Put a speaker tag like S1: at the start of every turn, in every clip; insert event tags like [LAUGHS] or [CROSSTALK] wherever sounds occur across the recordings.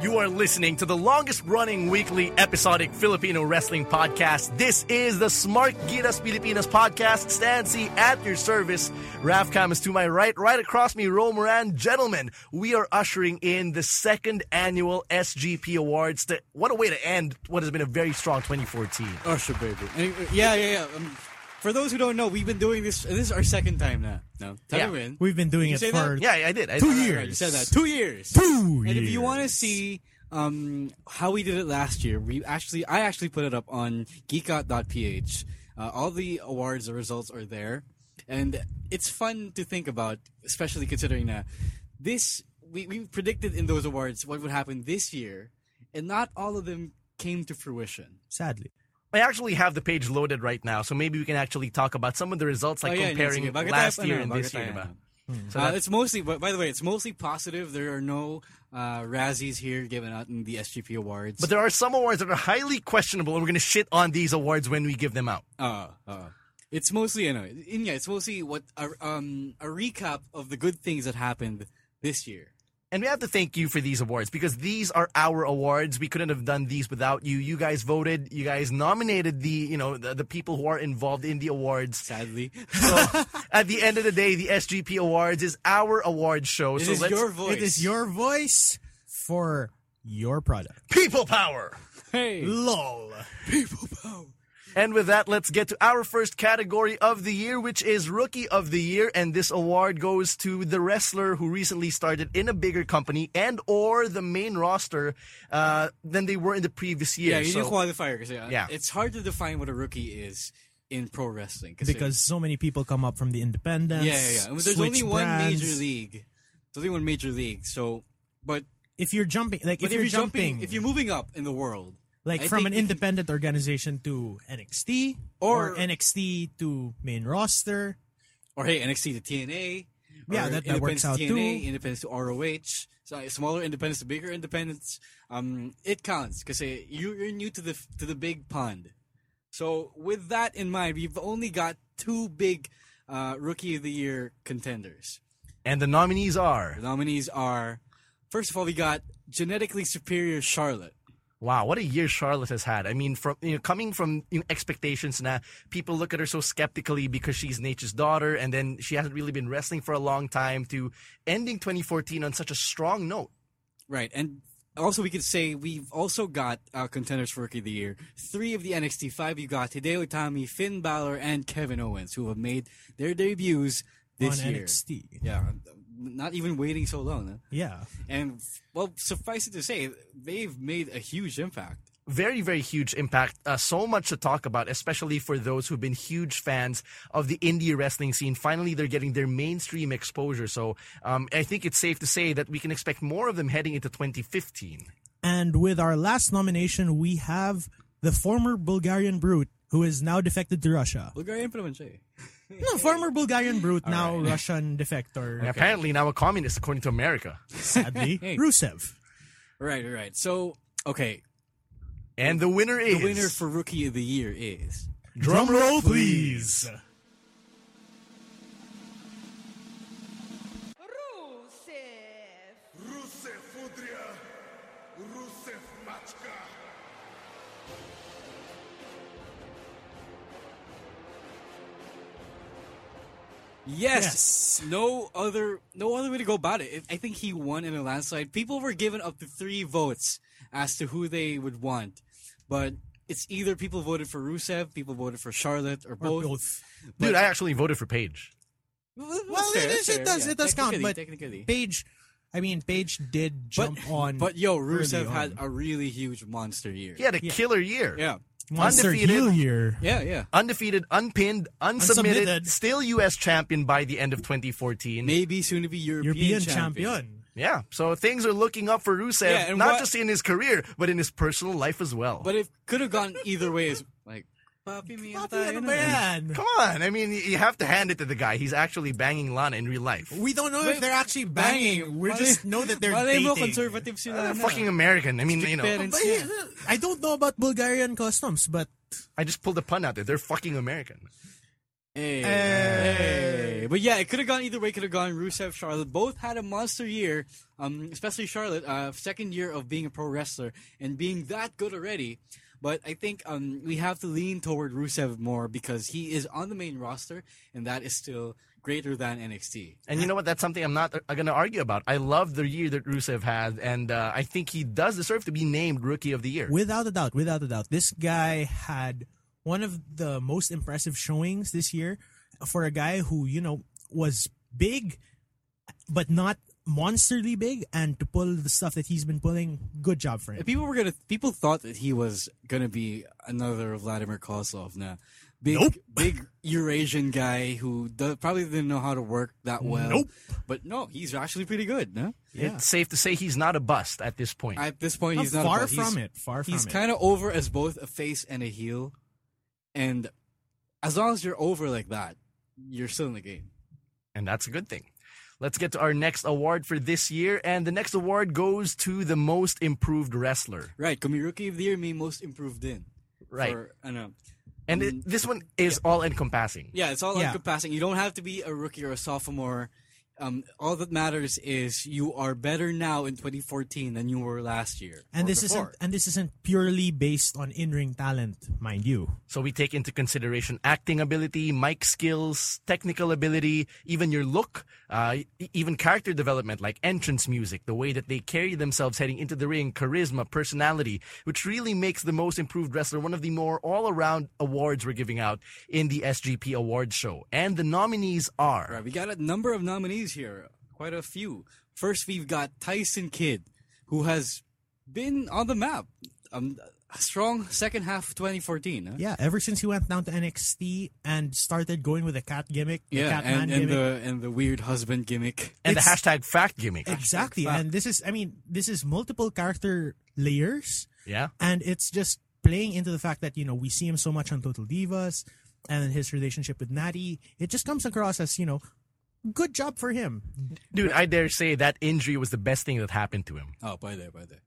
S1: You are listening to the longest running weekly episodic Filipino wrestling podcast. This is the Smart Gitas Pilipinas podcast. Stancy at your service. Raf Cam is to my right. Right across me, Ro Moran. Gentlemen, we are ushering in the second annual SGP Awards. To, what a way to end what has been a very strong 2014.
S2: Usher, baby. Anyway, yeah, yeah, yeah. Um, for those who don't know, we've been doing this. This is our second time now. No, time
S1: Yeah.
S2: we win.
S3: We've been doing
S2: You
S3: it
S2: say
S3: for
S1: Yeah, I did. I,
S3: Two
S1: I-
S3: years.
S2: You said that two years.
S3: two
S2: And
S3: years.
S2: if you want to see um, how we did it last year, we actually I actually put it up on geekout.ph. Uh, all the awards, the results are there, and it's fun to think about, especially considering that this we, we predicted in those awards what would happen this year, and not all of them came to fruition.
S3: sadly,
S1: I actually have the page loaded right now, so maybe we can actually talk about some of the results, like
S2: Oh, yeah,
S1: comparing
S2: sige. Bago tayo
S1: last
S2: pa
S1: year
S2: na,
S1: and
S2: bago
S1: this year.
S2: tayo
S1: diba?
S2: na. uh, it's mostly, but by the way, it's mostly positive. There are no uh, Razzies here given out in the SGP awards.
S1: But there are some awards that are highly questionable, and we're going to shit on these awards when we give them out.
S2: Uh, uh, it's mostly you know, in yeah, it's mostly what a, um a recap of the good things that happened this year.
S1: And we have to thank you for these awards because these are our awards. We couldn't have done these without you. You guys voted. You guys nominated the you know the, the people who are involved in the awards.
S2: Sadly, [LAUGHS]
S1: So at the end of the day, the SGP Awards is our award show.
S2: it
S1: so
S2: is
S1: let's
S2: your voice.
S3: it is your voice for your product.
S1: people power.
S2: hey.
S3: Lol.
S1: And with that, let's get to our first category of the year, which is Rookie of the Year. And this award goes to the wrestler who recently started in a bigger company and or the main roster uh, than they were in the previous year.
S2: Yeah, you
S1: So-
S2: do qualifier because yeah,
S1: Yeah.
S2: it's hard to define what a rookie is in pro wrestling cause
S3: Because so many people come up from the
S2: it-
S3: independents.
S2: yeah, yeah, yeah. There's
S3: switch
S2: only one
S3: brands.
S2: major league. There's only one major league. So, but
S3: If you're jumping, like
S2: but
S3: if, you're jumping,
S2: if you're moving up in the world,
S3: like
S2: I
S3: from an
S2: think you can-
S3: independent organization to NXT
S2: Or-
S3: NXT to main roster,
S2: or hey, NXT to TNA.
S3: Yeah,
S2: or
S3: that- that
S2: independence
S3: works out
S2: to TNA,
S3: too.
S2: Independence to ROH, so smaller independence to bigger independence. Um, it counts because you, you're new to the to the big pond. So with that in mind, we've only got two big uh, rookie of the year contenders.
S1: And the nominees are
S2: The nominees are first of all, we got genetically superior Charlotte.
S1: wow, what a year Charlotte has had. I mean, from you know, coming from you know, expectations now, people look at her so skeptically because she's Nature's daughter, and then she hasn't really been wrestling for a long time. To ending 2014 on such a strong note.
S2: Right, and also we could say we've also got uh, contenders for Rookie of the Year. Three of the NXT five you got Hideo Itami, Finn Balor, and Kevin Owens, who have made their debuts this
S3: on
S2: year.
S3: NXT.
S2: Yeah, not even waiting so long. Huh?
S3: Yeah.
S2: And well, suffice it to say, they've made a huge impact.
S1: very very huge impact uh, so much to talk about especially for those who've been huge fans of the indie wrestling scene finally they're getting their mainstream exposure so um, i think it's safe to say that we can expect more of them heading into 2015
S3: And with our last nomination, we have the former Bulgarian brute who is now defected to Russia.
S2: Bulgarian pa naman siya. eh.
S3: No, former Bulgarian brute, now Russian
S2: [LAUGHS]
S3: defector,
S1: and apparently now a communist according to america
S3: sadly. Rusev.
S2: Right, right, right. So, okay,
S1: and the winner
S2: the
S1: is
S2: winner for Rookie of the Year is
S1: drum roll please
S4: Rusev.
S5: Rusev Udria, Rusev Machka.
S2: Yes. No other no other way to go about it. I think he won in a landslide. People were given up to three votes as to who they would want. But it's either people voted for Rusev, people voted for Charlotte, or
S3: Or
S2: both.
S3: both.
S1: dude i actually voted for paige
S2: Well, that's
S3: Well,
S2: fair,
S3: it,
S2: that's
S3: is, it
S2: fair,
S3: does
S2: yeah.
S3: it does count,
S2: Technically,
S3: but
S2: technically.
S3: Paige, I mean Paige did
S2: But,
S3: jump on.
S2: but yo,
S3: early
S2: Rusev
S3: on.
S2: had a really huge monster year.
S1: he had a killer year
S2: Yeah.
S3: Monster
S1: Undefeated.
S3: heel year.
S2: Yeah, yeah.
S1: Undefeated, unpinned, unsubmitted,
S3: Unsubmitted.
S1: still U.S. champion by the end of 2014.
S2: Maybe soon to be European,
S3: European
S2: champion.
S3: champion.
S1: Yeah, so things are looking up for Rusev,
S2: Yeah, and
S1: not
S2: what-
S1: just in his career, but in his personal life as well.
S2: But it could have gone either way. Is like papi mi ang
S3: Papi,
S2: tayo
S3: ano ba
S2: naman.
S3: yan?
S1: Come on, I mean, y- you have to hand it to the guy. He's actually banging Lana in real life.
S3: We don't know if
S2: Wait,
S3: they're actually banging. We
S2: Malay-
S3: just know that they're
S2: Malay
S3: dating.
S2: mo, conservative sila.
S1: They're
S2: na.
S1: fucking American. I mean, you know,
S2: parents.
S3: But he- I don't know about Bulgarian customs, but
S1: I just pulled a pun out there. They're fucking American.
S2: Hey. Hey. But yeah, it could have gone either way. Could have gone Rusev, Charlotte. Both had a monster year, um, especially Charlotte, uh, second year of being a pro wrestler and being that good already. But I think um, we have to lean toward Rusev more because he is on the main roster, and that is still greater than NXT.
S1: And you know what? That's something I'm not uh, going to argue about. I love the year that Rusev had, and uh, I think he does deserve to be named Rookie of the Year.
S3: without a doubt, without a doubt, this guy had one of the most impressive showings this year for a guy who, you know, was big but not monsterly big and to pull the stuff that he's been pulling, good job for him.
S2: People were gonna. People thought that he was gonna be another Vladimir Kozlov. Now, big, big Eurasian guy who do, probably didn't know how to work that well.
S3: Nope.
S2: But no, he's actually pretty good. No.
S1: It's safe to say he's not a bust at this point.
S2: At this point,
S3: Not
S2: he's not
S3: far
S2: a bust. He's-
S3: from it, far from
S2: he's
S3: it.
S2: kind of over as both a face and a heel, and as long as you're over like that, you're still in the game.
S1: and that's a good thing. Let's get to our next award for this year, and the next award goes to the most improved wrestler.
S2: Right? Kami rookie of the year, me most improved in.
S1: Right.
S2: For, I know.
S1: And it, this one is all encompassing.
S2: Yeah, it's all
S3: Yeah.
S2: encompassing. You don't have to be a rookie or a sophomore. Um, all that matters is you are better now in 2014 than you were last year. or
S3: and this
S2: before.
S3: isn't and this isn't purely based on in-ring talent, mind you.
S1: So we take into consideration acting ability, mic skills, technical ability, even your look, uh, e- even character development like entrance music, the way that they carry themselves heading into the ring, charisma, personality, which really makes the most improved wrestler one of the more all around awards we're giving out in the SGP Awards show. And the nominees are.
S2: Right, we got a number of nominees here, quite a few. First, we've got Tyson Kidd, who has been on the map. Um, a strong second half of 2014. Huh?
S3: Yeah, ever since he went down to NXT and started going with the cat gimmick, the
S2: yeah,
S3: cat man
S2: and, and
S3: gimmick.
S2: the and the weird husband gimmick.
S1: and the
S3: It's-
S1: hashtag fact gimmick.
S3: Exactly.
S2: Fact.
S3: And this is I mean, this is multiple character layers
S1: Yeah.
S3: and it's just playing into the fact that, you know, we see him so much on Total Divas and his relationship with Natty. It just comes across as, you know, good job for him.
S1: Dude, I dare say that injury was the best thing that happened to him.
S2: Oh, by there, by there.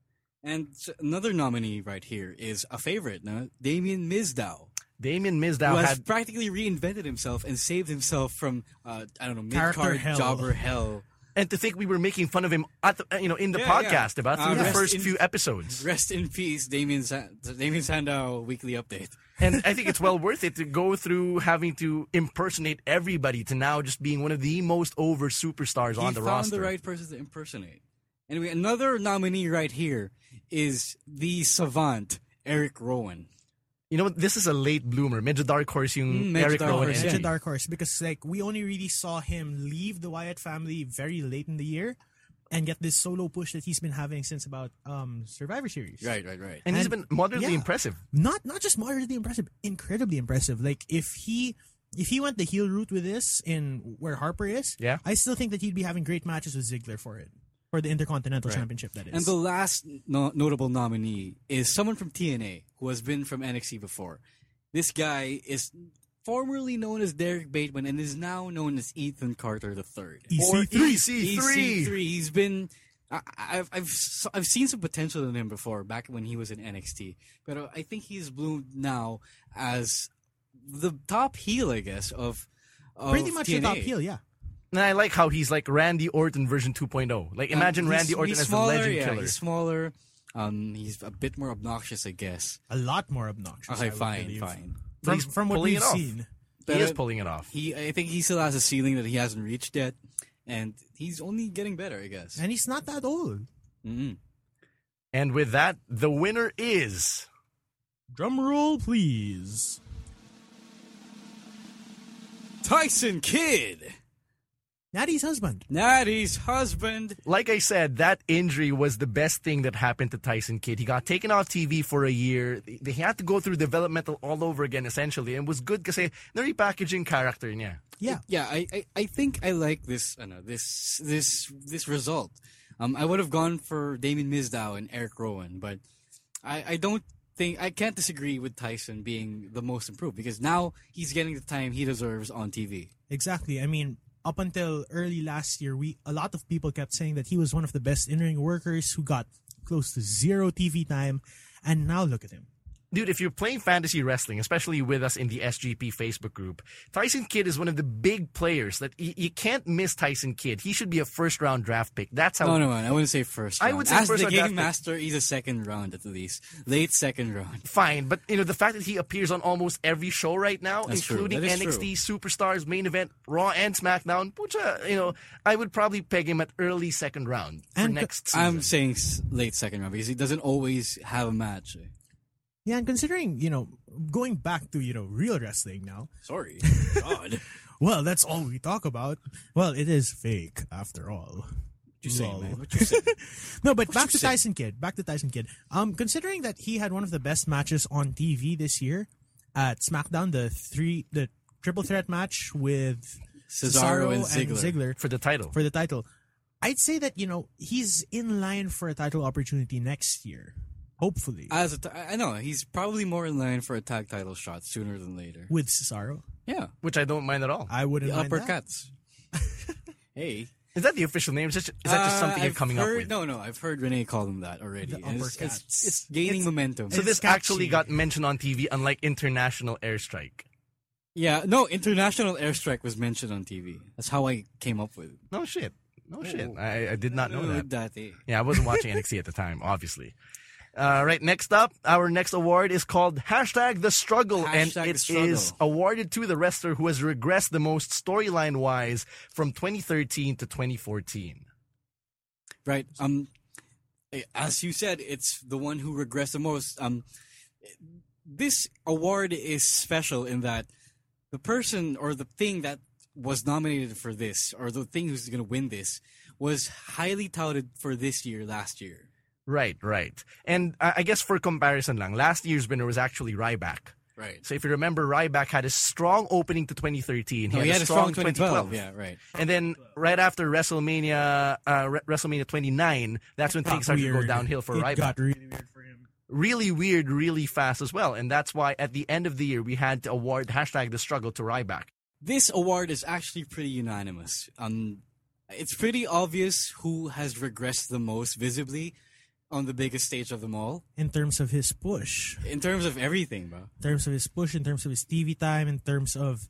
S2: And s- another nominee right here is a favorite, no? Damien Mizdow.
S1: Damien Mizdow
S2: who has
S1: had
S2: practically reinvented himself and saved himself from uh, I don't know mid
S3: Character
S2: card
S3: hell.
S2: jobber hell.
S1: and to think we were making fun of him at the, you know in the
S2: Yeah, yeah.
S1: podcast about
S2: Uh,
S1: through the
S2: rest
S1: first
S2: in-
S1: few episodes
S2: Rest in peace, Damien. Sa- Damien Sandow weekly update.
S1: and i think it's well worth it to go through having to impersonate everybody to now just being one of the most over superstars
S2: he
S1: on the
S2: found
S1: roster
S2: the right person to impersonate. Anyway, another nominee right here is the savant Eric Rowan.
S1: you know what? this is a late bloomer medyo dark horse yung
S2: Mm, medyo
S1: eric
S2: dark
S1: rowan
S2: horse,
S3: It's
S2: Yeah.
S3: a
S1: entry.
S3: dark horse because like we only really saw him leave the Wyatt family very late in the year and get this solo push that he's been having since about um Survivor Series.
S2: Right, right, right.
S1: and he's
S3: And-
S1: been moderately
S3: yeah.
S1: impressive
S3: Not not just moderately impressive, incredibly impressive. Like if he if he went the heel route with this in where Harper is,
S1: Yeah.
S3: I still think that he'd be having great matches with Ziggler for it. For the Intercontinental Championship that is.
S2: And the last no- notable nominee is someone from TNA who has been from NXT before. This guy is formerly known as Derek Bateman and is now known as Ethan Carter III.
S3: EC3.
S1: EC3.
S2: EC3. He's been. I, I've I've s- I've seen some potential in him before back when he was in NXT, but uh, I think he's bloomed now as the top heel, I guess, of, of
S3: pretty much
S2: TNA.
S3: the top heel, yeah.
S1: and i like how he's like randy orton version 2.0 like imagine
S2: Um, he's-
S1: randy orton
S2: he's
S1: as the
S2: smaller,
S1: legend
S2: yeah,
S1: killer
S2: He's smaller. Um, he's a bit more obnoxious, I guess.
S3: A lot more obnoxious. I
S2: Okay,
S3: would
S2: fine,
S3: believe.
S2: fine.
S3: From,
S1: He's
S3: from what
S1: pulling
S3: we've
S1: it off.
S3: seen.
S1: he is
S2: But
S1: pulling it off
S2: He, I think he still has a ceiling that he hasn't reached yet, and he's only getting better, I guess. Mm-hmm.
S3: And he's not that old.
S2: Mm-mm.
S1: and with that the winner is
S3: Drum roll, please.
S2: Tyson Kidd
S3: Natty's husband.
S2: Natty's husband.
S1: like I said, that injury was the best thing that happened to Tyson Kidd. He got taken off TV for a year. He had to go through developmental all over again, essentially, and was good because na-repackaging character niya.
S3: Yeah.
S2: yeah. I, I, I think I like this. Ano, this this this result. Um, I would have gone for Damien Mizdow and Eric Rowan, but I, I don't think I can't disagree with Tyson being the most improved because now he's getting the time he deserves on TV.
S3: Exactly. I mean, up until early last year, we a lot of people kept saying that he was one of the best in-ring workers who got close to zero TV time, and now look at him.
S1: Dude, if you're playing fantasy wrestling, especially with us in the SGP Facebook group, Tyson Kidd is one of the big players that y- you can't miss Tyson Kidd. He should be a first round draft pick. That's how
S2: No, no, man. I wouldn't say first.
S1: I
S2: Round.
S1: would say
S2: As
S1: first
S2: the
S1: round draft
S2: game
S1: pick.
S2: master, he's a second round at least, late second round.
S1: fine. But you know, the fact that he appears on almost every show right now,
S2: That's true.
S1: including
S2: That is
S1: NXT Superstars main event, Raw and SmackDown, pucha, you know, I would probably peg him at early second round for
S3: And-
S1: next [LAUGHS] season.
S2: I'm saying s- late second round because he doesn't always have a match. eh.
S3: Yeah, and considering you know going back to you know real wrestling now,
S2: [LAUGHS] Sorry, God.
S3: well, that's all we talk about. Well, it is fake after all.
S2: What you say,
S3: Lol.
S2: man? What you say?
S3: No, but back
S2: you
S3: to
S2: say?
S3: Tyson Kidd. Back to Tyson Kidd. Um, considering that he had one of the best matches on TV this year at SmackDown, the three the triple threat match with
S2: [LAUGHS] Cesaro and Ziggler.
S1: for the title.
S3: for the title, I'd say that you know he's in line for a title opportunity next year, hopefully
S2: As a t- I know he's probably more in line for a tag title shot sooner than later.
S3: with Cesaro.
S2: Yeah,
S1: which I don't mind at all.
S3: I wouldn't
S2: the
S3: mind that. [LAUGHS]
S2: uppercuts. hey,
S1: Is that the official name? Is that, is that just
S2: Uh,
S1: something you're
S2: I've
S1: coming
S2: heard-
S1: up with?
S2: No, no, I've heard Renee call them that already.
S3: The
S2: and it's, it's,
S3: uppercuts.
S2: it's gaining
S3: It's-
S2: momentum.
S1: So this
S3: catchy.
S1: actually got mentioned on TV, unlike International Airstrike.
S2: yeah, no, international airstrike was mentioned on TV. That's how I came up with. it.
S1: No shit. No shit.
S2: Oh.
S1: I, I did not know
S2: Uh,
S1: that.
S2: eh.
S1: Yeah, I wasn't watching NXT at the time, obviously. All right, next up, our next award is called hashtag the struggle,
S2: Hashtag
S1: and
S2: The
S1: it is
S2: Struggle.
S1: awarded to the wrestler who has regressed the most storyline wise from 2013 to 2014.
S2: Right. Um, eh, as you said, it's the one who regressed the most. Um, this award is special in that the person or the thing that was nominated for this, or the thing who's going to win this, was highly touted for this year last year.
S1: Right, right. And I I guess for comparison, lang, last year's winner was actually Ryback.
S2: Right.
S1: So if you remember, Ryback had a strong opening to 2013.
S2: No, Oh, he had a strong 2012. Yeah, right.
S1: And then right after WrestleMania, uh, Re- WrestleMania 29, that's when
S3: Got
S1: things started to go
S3: weird.
S1: downhill for
S3: it
S1: Ryback.
S3: Got really weird for him.
S1: really weird, really fast as well. And that's why at the end of the year, we had to award hashtag the struggle to Ryback.
S2: This award is actually pretty unanimous. Um, it's pretty obvious who has regressed the most visibly on the biggest stage of them all
S3: in terms of his push.
S2: in terms of everything, bro.
S3: in terms of his push, in terms of his TV time, in terms of,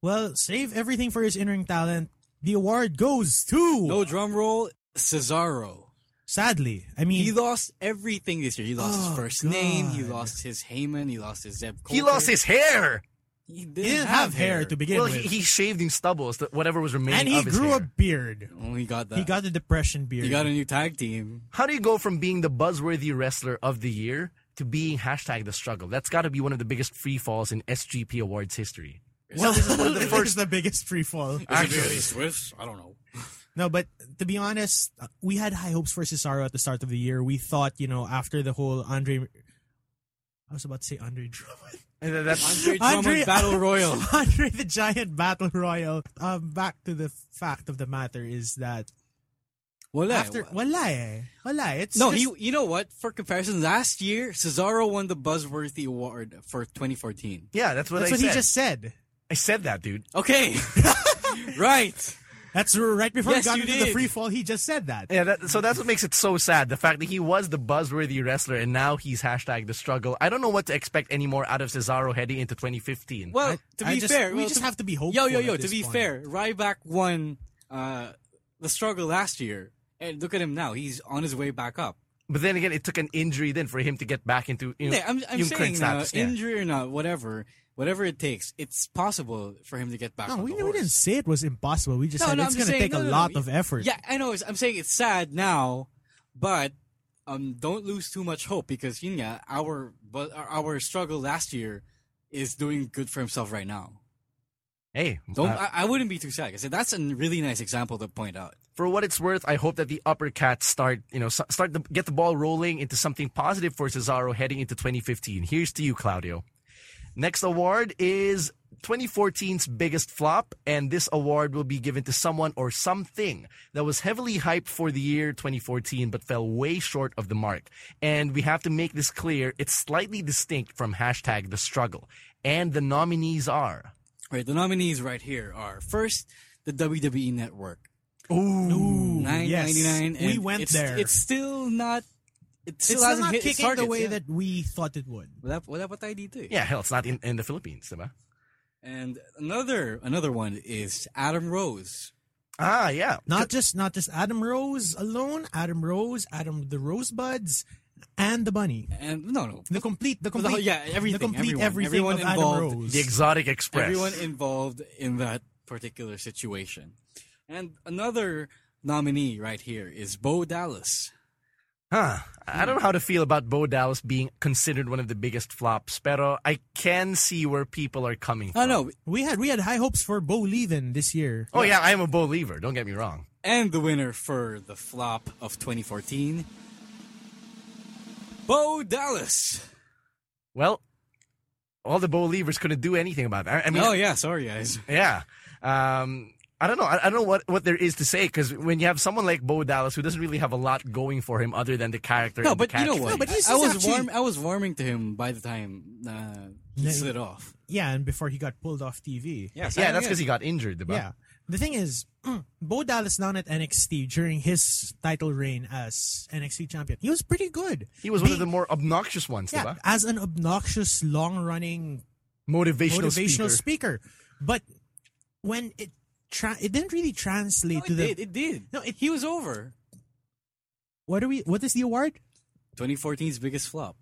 S3: well, save everything for his in-ring talent. The award goes to,
S2: No drum roll, Cesaro.
S3: sadly, I mean,
S2: He lost everything this year. He lost
S3: Hmm. Oh,
S2: his first name. He
S3: God.
S2: lost his Heyman. He lost his Zeb.
S1: He lost his hair.
S2: He didn't,
S3: he didn't have hair to begin
S1: well,
S3: with,
S1: he, he shaved in stubbles, the- whatever was remaining
S3: and he
S1: of his
S3: grew
S1: hair.
S3: a beard.
S2: Oh, he got that.
S3: He got a depression beard.
S2: He got a new tag team.
S1: How do you go from being the buzzworthy wrestler of the year to being hashtag the struggle? That's got to be one of the biggest free falls in SGP Awards history.
S3: well, [LAUGHS] this is one of the first, the biggest free fall.
S2: Actually, Swiss. I don't know.
S3: No, but to be honest, uh, we had high hopes for Cesaro at the start of the year. We thought, you know, after the whole Andre, I was about to say Andre Drummond.
S1: And Uh, that- that's-
S2: Andre Drummond
S3: [LAUGHS] Andre-
S2: Battle Royal.
S3: Andre the Giant Battle Royal. Um, back to the fact of the matter is that
S2: Wala.
S3: after wala eh. Wala. It's
S2: no,
S3: just-
S2: he. You know what? For comparison, last year Cesaro won the Buzzworthy Award for 2014.
S1: [LAUGHS] yeah, that's what I
S3: that's what
S1: said.
S3: he just said.
S1: I said that, dude.
S2: Okay, [LAUGHS] right.
S3: That's r- right before
S2: Yes,
S3: we got
S2: you
S3: into the
S2: did.
S3: free fall. He just said that.
S1: Yeah, that, so that's what makes it so sad. The fact that he was the buzzworthy wrestler and now he's hashtag the struggle. I don't know what to expect anymore out of Cesaro heading into 2015.
S2: Well,
S3: I-
S2: to
S3: I
S2: be
S3: just-
S2: fair,
S3: we
S2: well,
S3: just have to be
S2: Yo,
S3: hopeful
S2: yo, yo!
S3: at
S2: To
S3: this
S2: be
S3: point.
S2: fair, Ryback won uh, the struggle last year, and look at him now. He's on his way back up.
S1: But then again, it took an injury then for him to get back into you know,
S2: Yeah, I'm, I'm
S1: yung current
S2: saying now,
S1: status. Yeah.
S2: injury or not, whatever, whatever it takes, it's possible for him to get back.
S3: No,
S2: on
S3: we,
S2: the
S3: we
S2: horse.
S3: didn't say it was impossible. We just
S2: No,
S3: said
S2: no,
S3: it's
S2: I'm
S3: going
S2: just
S3: to
S2: saying-
S3: take
S2: no,
S3: a
S2: no, no.
S3: lot of effort.
S2: Yeah, I know. it's- I'm saying it's sad now, but um, don't lose too much hope because yun nga, our but our- our struggle last year is doing good for himself right now.
S1: Hey,
S2: Don't
S1: uh,
S2: I, I wouldn't be too sad. I said that's a really nice example to point out.
S1: for what it's worth, I hope that the uppercats start, you know, s- start the, get the ball rolling into something positive for Cesaro heading into 2015. Here's to you, Claudio. Next award is 2014's biggest flop, and this award will be given to someone or something that was heavily hyped for the year 2014 but fell way short of the mark. And we have to make this clear: it's slightly distinct from hashtag the struggle. And the nominees are.
S2: Right, the nominees right here are first the WWE Network,
S3: Ooh,
S2: nine ninety nine.
S3: Yes. We went
S2: it's,
S3: there.
S2: It's still not. It still
S3: it's
S2: hasn't
S3: not
S2: hit its
S3: kicking
S2: targets,
S3: the way
S2: yeah.
S3: that we thought it would.
S2: Wala, wala pa tayo dito eh.
S1: Yeah, hell, it's not in, in the Philippines, diba?
S2: And another another one is Adam Rose.
S1: Ah, yeah.
S3: Not just not just Adam Rose alone. Adam Rose, Adam the Rosebuds, and the Bunny.
S2: And no, no,
S3: The complete, the
S2: whole-
S3: complete,
S2: yeah, everything,
S3: the complete
S2: everyone,
S3: everything
S2: everyone
S3: of Adam
S2: involved.
S3: Rose.
S1: The Exotic Express.
S2: everyone involved in that particular situation. And another nominee right here is Bo Dallas.
S1: Huh. I don't know how to feel about Bo Dallas being considered one of the biggest flops, pero I can see where people are coming
S2: Oh
S1: from.
S2: no,
S3: we had we had high hopes for Bo Levin this year.
S1: Oh, yeah, I am a Bo Lever. Don't get me wrong.
S2: and the winner for the flop of 2014, Bo Dallas.
S1: Well, all the Bo Levers couldn't do anything about that. I I mean,
S2: oh yeah, sorry guys.
S1: yeah. Um, I don't know. I, I don't know what, what there is to say because when you have someone like Bo Dallas who doesn't really have a lot going for him other than the character.
S2: No,
S1: and the
S2: but you know what?
S1: catchphrase.
S3: but he's-
S2: I was
S3: actually-
S2: warm. I was warming to him by the time uh, he
S3: Yeah.
S2: slid off.
S3: Yeah, and before he got pulled off TV.
S1: yeah, that's because he got injured, diba?
S3: Yeah. The thing is, mm, Bo Dallas down at NXT during his title reign as NXT champion, he was pretty good.
S1: He was one of the
S3: Being-
S1: more obnoxious ones,
S3: yeah,
S1: diba?
S3: as an obnoxious, long-running
S1: Motivational,
S3: motivational,
S1: speaker.
S3: speaker. But when it tra- it didn't really translate
S2: No, it
S3: to the
S2: did. It did.
S3: No, it-
S2: he was over.
S3: what are we? What is the award?
S2: 2014's biggest flop.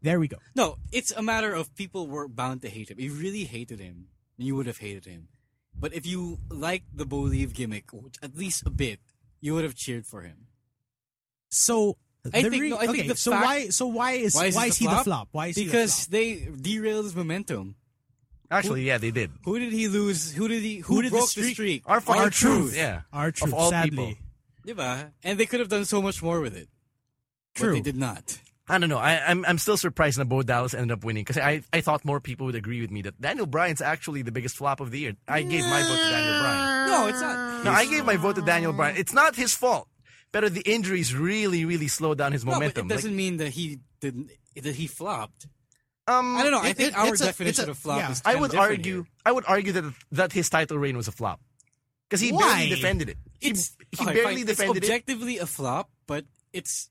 S3: There we go.
S2: No, it's a matter of people were bound to hate him. If you really hated him, you would have hated him. But if you liked the believe gimmick at least a bit, you would have cheered for him.
S3: So
S2: I
S3: the
S2: think-
S3: re-
S2: no, I think
S3: okay,
S2: the
S3: so
S2: fact-
S3: why so why is why is,
S2: this
S3: he the flop? Why is he the
S2: because
S3: flop?
S2: they derailed his momentum.
S1: Actually, yeah, they did.
S2: Who did he lose? Who did he? Who,
S3: did the
S2: broke
S3: streak-
S2: streak?
S1: Our,
S2: Our
S1: truth. Yeah.
S3: our
S1: Of
S3: truth?
S1: all
S3: sadly,
S1: people.
S2: Diba? And they could have done so much more with it. But
S3: True.
S2: they did not.
S1: I don't know. I, I'm I'm still surprised that Bo Dallas ended up winning because I, I thought more people would agree with me that Daniel Bryan's actually the biggest flop of the year. I gave my vote to Daniel Bryan.
S2: No, it's not.
S1: No, I gave my vote to Daniel Bryan. It's not his fault, but the injuries really really slowed down his
S2: No, but
S1: momentum.
S2: it doesn't mean that he didn't. That he flopped.
S1: Like, um,
S2: I don't know. I
S3: It-
S2: think
S3: it-
S2: our
S3: it's a-
S2: definition
S3: it's a-
S2: of flop
S3: yeah.
S2: is.
S1: I
S2: kinda
S1: would
S2: different
S1: argue
S2: here.
S1: I would argue that that his title reign was a flop because he
S3: Why?
S1: barely defended it. He,
S2: it's
S1: he
S2: okay,
S1: barely
S2: fine,
S1: defended
S2: it's
S1: it.
S2: objectively a flop, but it's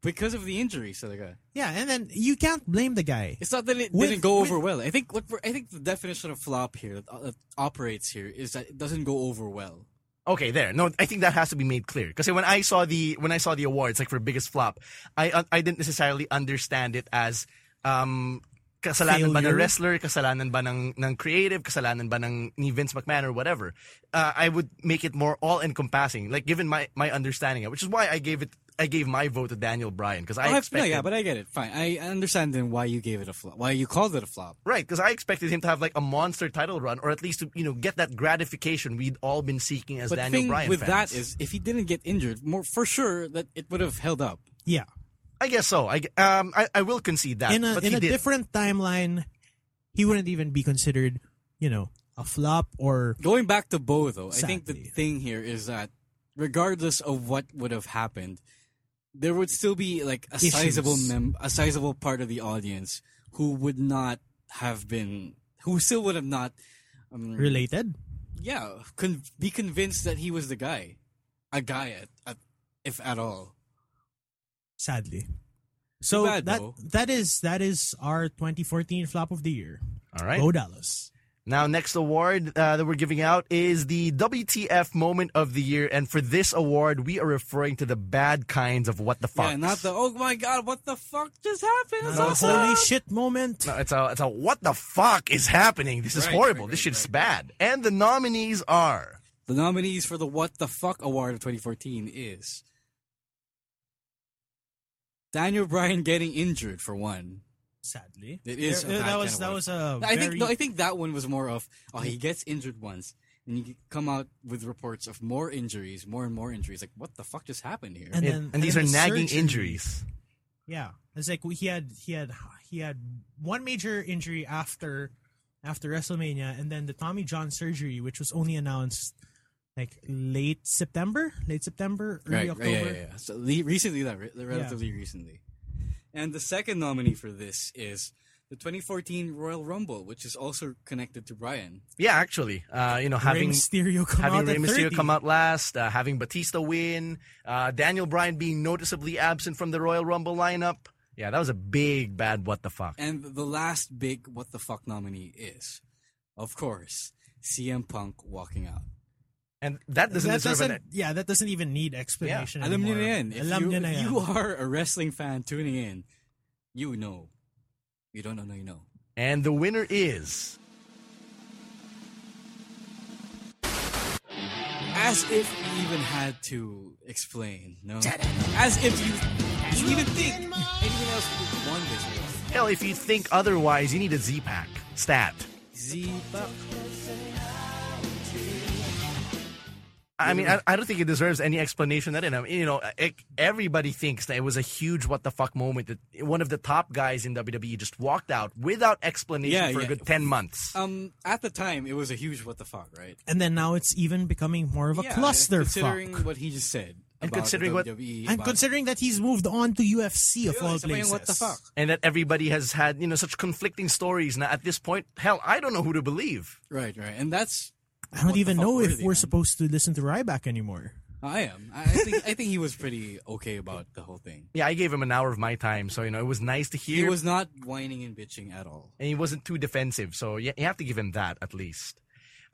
S2: because of the injury. So like, uh,
S3: yeah, and then you can't blame the guy.
S2: it's not that it
S3: With-
S2: didn't go
S3: with-
S2: over well. I think what we're- I think the definition of flop here that, uh, that operates here is that it doesn't go over well.
S1: Okay, there. No, I think that has to be made clear because when I saw the when I saw the awards like for biggest flop, I I didn't necessarily understand it as um kasalanan ba ng
S3: Failure?
S1: wrestler, kasalanan ba ng ng creative, kasalanan ba ng ni Vince McMahon or whatever. Uh, I would make it more all encompassing, like given my my understanding, of it, which is why I gave it I gave my vote to Daniel Bryan because I
S2: Oh, no,
S1: expected
S2: yeah, but I get it. Fine, I I understand then why you gave it a flop, why you called it a flop.
S1: Right, because I expected him to have like a monster title run, or at least to you know get that gratification we'd all been seeking as
S2: But the
S1: Daniel
S2: thing
S1: Bryan
S2: with
S1: fans.
S2: that is, if he didn't get injured, more for sure that it would have held up.
S3: Yeah,
S1: I guess so. I, um, I, I will concede that.
S3: in a
S1: but
S3: in
S1: he
S3: a
S1: did.
S3: different timeline, he wouldn't even be considered, you know, a flop or
S2: Going back to Bo, though, I think the
S3: Sadly.
S2: thing here is that regardless of what would have happened, there would still be like a
S3: Issues.
S2: sizable mem- a sizable part of the audience who would not have been, who still would have not, um, Mm.
S3: related.
S2: yeah, con- be convinced that he was the guy, a guy at, at if at all.
S3: Sadly, so
S2: bad,
S3: that
S2: Bo.
S3: that is that is our 2014 flop of the year.
S1: All right.
S3: Bo Dallas.
S1: Now, next award uh, that we're giving out is the WTF Moment of the Year, and for this award, we are referring to the bad kinds of what the fuck.
S2: Yeah, not the oh my god, what the fuck just happened? It's
S3: The
S2: awesome.
S3: holy shit moment.
S1: No, it's a it's a what the fuck is happening? This is
S2: Right,
S1: horrible.
S2: right,
S1: this
S2: right,
S1: shit's
S2: right.
S1: bad. And the nominees are
S2: The nominees for the What the Fuck Award of 2014 is Daniel Bryan getting injured for one.
S3: Sadly,
S2: It is
S1: uh,
S3: There-
S2: a bad
S3: that was
S2: kind
S3: that
S2: of
S3: was a
S2: I
S3: very
S2: think no, I think that one was more of oh he gets injured once and you come out with reports of more injuries, more and more injuries. Like what the fuck just happened here?
S3: And
S1: And,
S3: then-
S1: and these
S3: and
S1: are
S3: then
S1: nagging
S3: surgery.
S1: injuries.
S3: Yeah, it's like he had he had he had one major injury after after WrestleMania, and then the Tommy John surgery, which was only announced like late September, late September, early
S2: right,
S3: October.
S2: right, yeah, yeah, yeah. So le- recently, that re- relatively recently. And the second nominee for this is the 2014 Royal Rumble, which is also connected to Brian.
S1: Yeah, actually, uh, you know,
S3: Rey
S1: having
S3: Mysterio come
S1: having
S3: out
S1: Rey
S3: at
S1: Mysterio
S3: 30.
S1: come out last, uh, having Batista win, uh, Daniel Bryan being noticeably absent from the Royal Rumble lineup. Yeah, that was a big bad what the fuck.
S2: And the last big what the fuck nominee is, of course, CM Punk walking out.
S1: And that doesn't
S3: that
S1: deserve
S3: doesn't,
S1: an e-
S3: yeah, that doesn't even need explanation.
S2: Alam niyo
S3: anymore.
S2: na yan. If
S3: Alam
S2: you,
S3: niyo na
S2: if
S3: yan.
S2: you are a wrestling fan tuning in, you know. You don't know, you know.
S1: And the winner is
S2: As if you even had to explain, no? As if you, you even think anyone else would won this one.
S1: hell. If you think otherwise, you need a Z pack stat.
S2: Z Buck.
S1: I mean, I, I don't think it deserves any explanation. That in, I mean, you know, it, everybody thinks that it was a huge what the fuck moment that one of the top guys in WWE just walked out without explanation
S2: Yeah,
S1: for a
S2: yeah.
S1: good ten months.
S2: Um, at the time, it was a huge what the fuck, right?
S3: and then now it's even becoming more of a
S2: Yeah, Considering
S3: clusterfuck.
S2: what he just said,
S1: And
S2: about
S1: considering
S2: the
S1: what-
S2: WWE,
S3: And
S2: about-
S3: considering that he's moved on to UFC of all
S2: It's like,
S3: places,
S2: what the fuck?
S1: and that everybody has had you know such conflicting stories now at this point hell i don't know who to believe
S2: Right, right, and that's.
S3: I don't
S2: what the
S3: even
S2: fuck
S3: know
S2: were
S3: if
S2: they,
S3: we're
S2: man?
S3: supposed to listen to Ryback anymore.
S2: I am. I I think. I think he was pretty okay about the whole thing.
S1: yeah i gave him an hour of my time so you know it was nice to
S2: He
S1: hear
S2: was not whining and bitching at all.
S1: and he wasn't too defensive so yeah, you have to give him that at least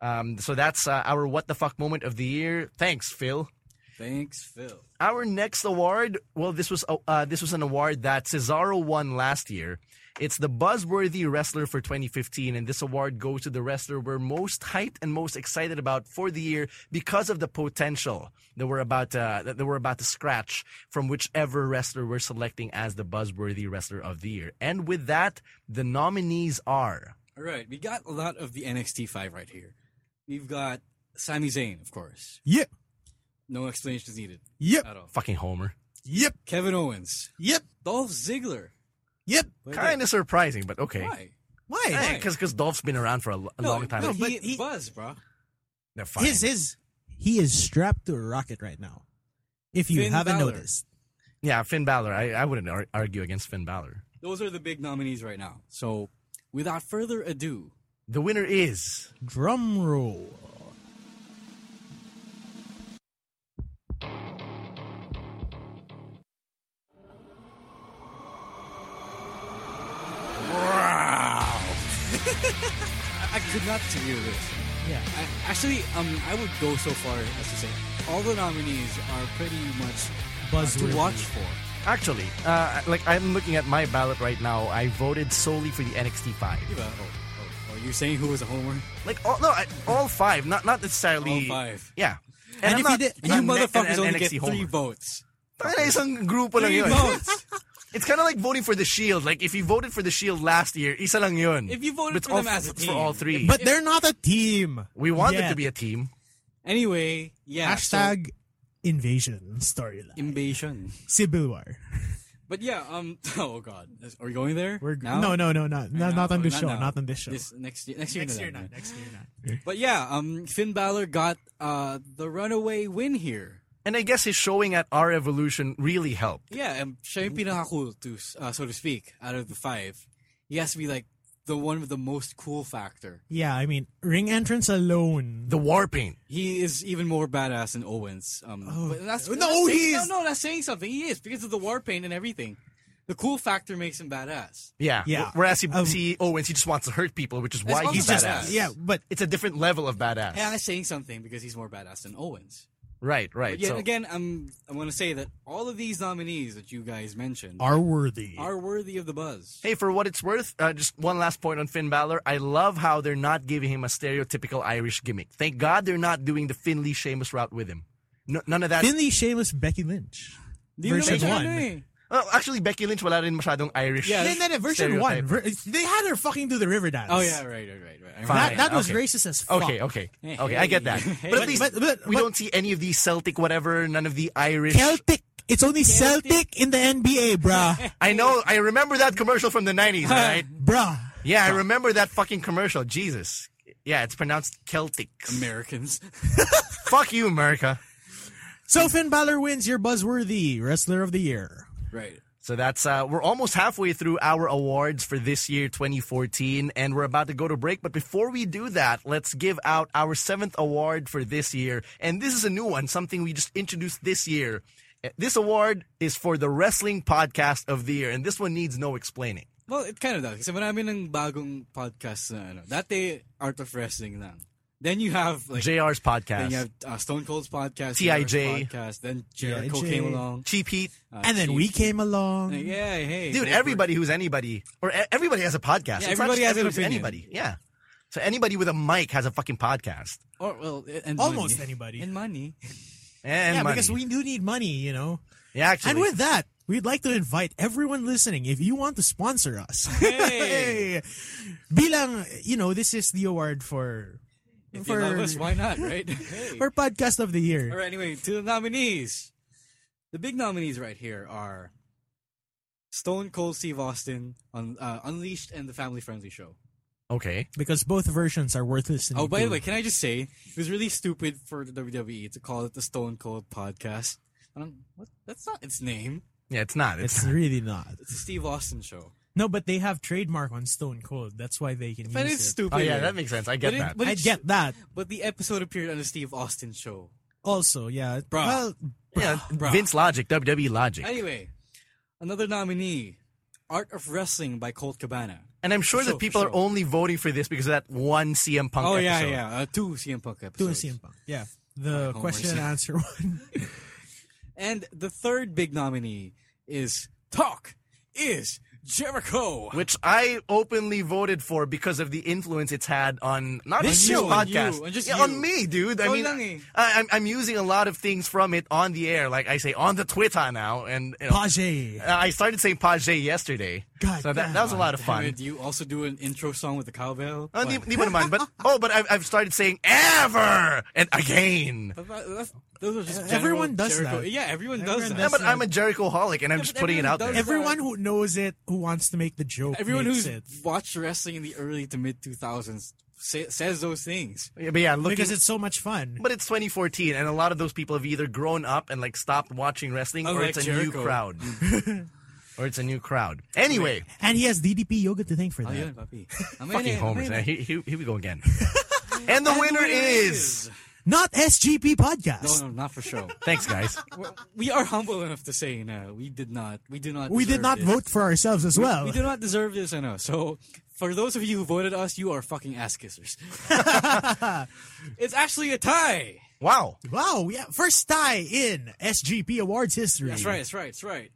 S1: um, so that's uh, our what the fuck moment of the year thanks phil
S2: Thanks, Phil.
S1: our next award well this was a- uh, this was an award that cesaro won last year it's the buzzworthy wrestler for 2015 and this award goes to the wrestler we're most hyped and most excited about for the year because of the potential that we're about uh, that that we're about to scratch from whichever wrestler we're selecting as the buzzworthy wrestler of the year and with that the nominees are
S2: All right, we got a lot of the NXT five right here. We've got Sami Zayn, of course.
S3: Yep,
S2: No explanations needed
S3: yep,
S2: at all.
S1: fucking homer
S3: yep,
S2: Kevin Owens,
S3: yep,
S2: Dolph Ziggler.
S3: yep.
S1: kind of surprising but okay
S2: Why?
S3: Why?
S1: because Dolph's been around for a, lo- a
S2: No,
S1: long time
S3: no,
S2: but
S3: but
S2: he,
S3: he-
S2: buzz, bro.
S1: They're fine.
S3: His his he is strapped to a rocket right now. If you
S2: Finn
S3: haven't
S2: Balor.
S3: noticed,
S1: Yeah, Finn Balor. I, I wouldn't ar- argue against Finn Balor.
S2: Those are the big nominees right now. So, without further ado,
S1: The winner is
S3: drum roll.
S2: I, I could not hear this.
S3: Yeah.
S2: I, actually, um, I would go so far as to say all the nominees are pretty much buzz to
S3: Buzzworthy.
S2: watch for.
S1: actually uh, like I'm looking at my ballot right now. I voted solely for the NXT five.
S2: Diba? Oh, oh, oh, you're saying who was a homer?
S1: Like all no, I, all five, not not necessarily
S2: All five.
S1: Yeah,
S3: And
S1: I'm
S3: if you did-
S1: I'm
S2: you
S1: not an-
S2: motherfuckers
S1: an
S2: only
S1: NXT
S2: get three
S1: homer.
S2: votes.
S1: Tangina, isang grupo lang
S2: Three
S1: yun. [LAUGHS]
S2: votes.
S1: It's kind of like voting for the Shield. Like if you voted for the Shield last year, isa lang yun.
S2: If you voted
S1: But
S2: for
S1: all
S2: them as a
S1: f-
S2: team.
S1: for all three,
S3: But they're not a team.
S1: we want them
S3: Yet.
S1: to be a team.
S2: Anyway, yeah. so-
S3: hashtag invasion storyline.
S2: invasion.
S3: Civil War.
S2: But yeah, um, [LAUGHS] oh god, are we going there?
S3: We're
S2: now?
S3: no no no not
S2: Right
S3: not,
S2: now?
S3: not on this
S2: Not
S3: show.
S2: now.
S3: Not on this show.
S2: This next year, next year,
S3: next
S2: no,
S3: year
S2: no,
S3: not.
S2: no.
S3: Next year not.
S2: But yeah, um, Finn Balor got uh the runaway win here.
S1: And I guess his showing at our evolution really helped.
S2: Yeah, um, siya yung
S3: Mm-hmm.
S2: pinaka-cool, to, uh, so to speak, out of the five. He has to be like the one with the most cool factor.
S3: Yeah, I mean ring entrance alone.
S1: The war paint.
S2: He is even more badass than Owens. Um,
S3: Oh.
S2: but that's,
S3: No,
S2: that's saying-
S3: he is-
S2: No, no, that's saying something. He is because of the war paint and everything. The cool factor makes him badass.
S1: Yeah.
S3: Yeah.
S1: Whereas he,
S3: Um,
S1: see Owens, E he just wants to hurt people, which is
S2: That's
S1: why
S2: also
S1: he's
S2: badass.
S1: badass.
S3: yeah, but
S1: It's a different level of badass.
S2: And I'm saying something because he's more badass than Owens.
S1: Right,
S2: But
S1: right.
S2: yet
S1: So,
S2: again, I'm I'm gonna say that all of these nominees that you guys mentioned are,
S3: are worthy.
S2: worthy of the buzz.
S1: hey, for what it's worth, uh, just one last point on Finn Balor. I love how they're not giving him a stereotypical Irish gimmick. Thank God they're not doing the Finley Sheamus route with him. No, none of that.
S3: Finley, Sheamus, Becky Lynch.
S2: Do you know
S3: Version
S2: what you're
S3: one.
S2: doing?
S1: Oh, actually, Becky Lynch wala rin masyadong Irish.
S2: Yeah,
S3: Then, then in version one,
S1: stereotype.
S3: ver- they had her fucking do the river dance.
S2: Oh yeah, right, right, right, right. I
S1: Fine.
S3: that, that was
S1: okay.
S3: racist as fuck.
S1: Okay, okay, okay. I get that.
S2: [LAUGHS]
S1: But at
S3: But-
S1: least
S3: but- but-
S1: we
S3: but-
S1: don't see any of the Celtic, whatever. None of the Irish.
S3: Celtic. It's only Celtic, in the NBA,
S1: [LAUGHS]
S3: bruh.
S1: I know. I remember that commercial from the
S2: [LAUGHS]
S1: nineties, right?
S3: bruh.
S1: Yeah, I remember that fucking commercial. Jesus. Yeah, it's pronounced Celtic.
S2: Americans. [LAUGHS]
S1: Fuck you, America.
S3: So Finn Balor wins your buzzworthy wrestler of the year.
S2: Right.
S1: So that's uh, we're almost halfway through our awards for this year, 2014, and we're about to go to break. But before we do that, let's give out our seventh award for this year, and this is a new one, something we just introduced this year. Uh, This award is for the wrestling podcast of the year, and this one needs no explaining.
S2: Well, it kind of does. Kasi marami ng bagong podcast na ano. Dati, Art of Wrestling lang. Then you have like...
S1: JR's
S2: Then
S1: podcast,
S2: you have uh, Stone Cold's podcast.
S1: T.I.J..
S2: Taylor's Podcast. Then Jericho
S3: T.I.J..
S2: came along.
S1: Cheap Heat,
S2: Uh,
S3: and
S2: Chief-
S3: then we came along.
S2: Yeah, hey.
S1: dude.
S2: Goldberg.
S1: Everybody who's anybody, or e- everybody has a podcast.
S2: Yeah,
S1: It's not
S2: everybody
S1: just
S2: has an
S1: everybody's Anybody,
S2: opinion.
S1: yeah. So anybody with a mic has a fucking podcast.
S2: Or, Oh, well, and
S3: Almost
S2: money.
S3: anybody.
S2: And money.
S1: And
S3: yeah,
S1: money.
S3: because we do need money, you know.
S1: yeah, actually,
S3: And with that, we'd like to invite everyone listening if you want to sponsor us. [LAUGHS]
S2: Hey!
S3: Hey! Bilang, you know, this is the award for
S2: If
S3: for,
S2: you love us, why
S1: [LAUGHS]
S2: not, right? Hey.
S3: for podcast of the year.
S2: All right, anyway, to the nominees. The big nominees right here are Stone Cold Steve Austin on uh, Unleashed and the Family Friendly Show.
S1: okay.
S3: Because both versions are worth listening
S2: Oh, by
S3: to.
S2: the way, can I just say it was really stupid for the WWE to call it the Stone Cold Podcast. Um, what? That's not its name.
S1: Yeah, it's not. It's, [LAUGHS]
S3: it's really not.
S2: It's the Steve Austin Show.
S3: No, but they have trademark on Stone Cold. That's why they can
S2: But
S3: use
S2: it's
S3: it.
S2: stupid.
S1: Oh yeah, that makes sense. I get
S2: But it-
S1: that.
S2: but
S3: I
S2: it's-
S3: get that.
S2: But the episode appeared on the Steve Austin Show.
S3: Also, yeah.
S2: Bruh.
S3: Well,
S2: [LAUGHS]
S1: yeah,
S2: bruh.
S1: Vince Logic, WWE Logic,
S2: Anyway, another nominee, Art of Wrestling by Colt Cabana.
S1: and I'm sure
S2: For
S1: that
S2: sure,
S1: people
S2: for
S1: are
S2: sure.
S1: only voting for this because of that one CM Punk.
S2: Oh yeah,
S1: episode.
S2: yeah, uh, two CM Punk
S3: doing
S2: episodes.
S3: CM Punk. Yeah. The
S2: Homer
S3: question and
S2: Simpson.
S3: answer [LAUGHS] one.
S2: And the third big nominee is Talk is Jericho.
S1: Which I openly voted for because of the influence it's had on not
S2: This
S1: on
S2: show,
S1: this
S2: on
S1: podcast,
S2: you, on just
S1: yeah,
S2: you.
S1: on me, dude. I
S2: Ikaw
S1: mean,
S2: lang eh.
S1: I, I'm, I'm using a lot of things from it on the air, like I say on the Twitter now, and you know,
S3: Page.
S1: Uh, I started saying Page yesterday,
S3: God
S1: so that,
S3: damn.
S1: that was a lot of
S2: Damn
S1: fun. Uh,
S2: it, you also do an intro song with the cowbell.
S1: Oh,
S3: Uh,
S2: What?
S1: di, di mo naman, but oh, but I've, I've started saying ever and again.
S2: But that- that's- uh, those are just
S3: Uh,
S2: general
S3: everyone does
S2: Jericho-
S3: that.
S2: Yeah, everyone, does
S3: Everyone
S2: that.
S1: Yeah,
S3: does
S1: but
S3: That's
S1: I'm a
S3: not-
S1: Jericho holic, and I'm
S2: Yeah,
S1: just
S2: but
S1: putting it
S2: everyone
S1: out there.
S2: does that.
S3: Everyone who knows it, who wants to make the joke,
S2: everyone who's
S3: makes it.
S2: watched wrestling in the early to mid 2000s say, says those things.
S1: Yeah, but yeah, looking,
S3: because it's so much fun.
S1: but it's 2014, and a lot of those people have either grown up and like stopped watching wrestling, or
S2: Unlike
S1: it's a
S2: Jericho.
S1: new crowd, or it's a new crowd. Anyway,
S3: And he has DDP yoga to thank for
S2: Oh,
S3: that.
S2: yun,
S3: [LAUGHS]
S2: papi. Amen,
S1: fucking
S2: amen.
S1: homers.
S3: eh?
S1: Now, here, here, here we go again. and the winner is.
S3: Not SGP podcast.
S2: No, no, not for [LAUGHS] show.
S1: Thanks, guys.
S2: we are humble enough to say no. We did not. We did not.
S3: we did
S2: deserve
S3: not
S2: this.
S3: vote for ourselves as well.
S2: We do not deserve this, I know. So, for those of you who voted us, you are fucking
S1: [LAUGHS]
S2: ass kissers. it's actually a tie.
S1: Wow.
S3: Wow, yeah, first tie in SGP awards history.
S2: That's right. That's right. That's right.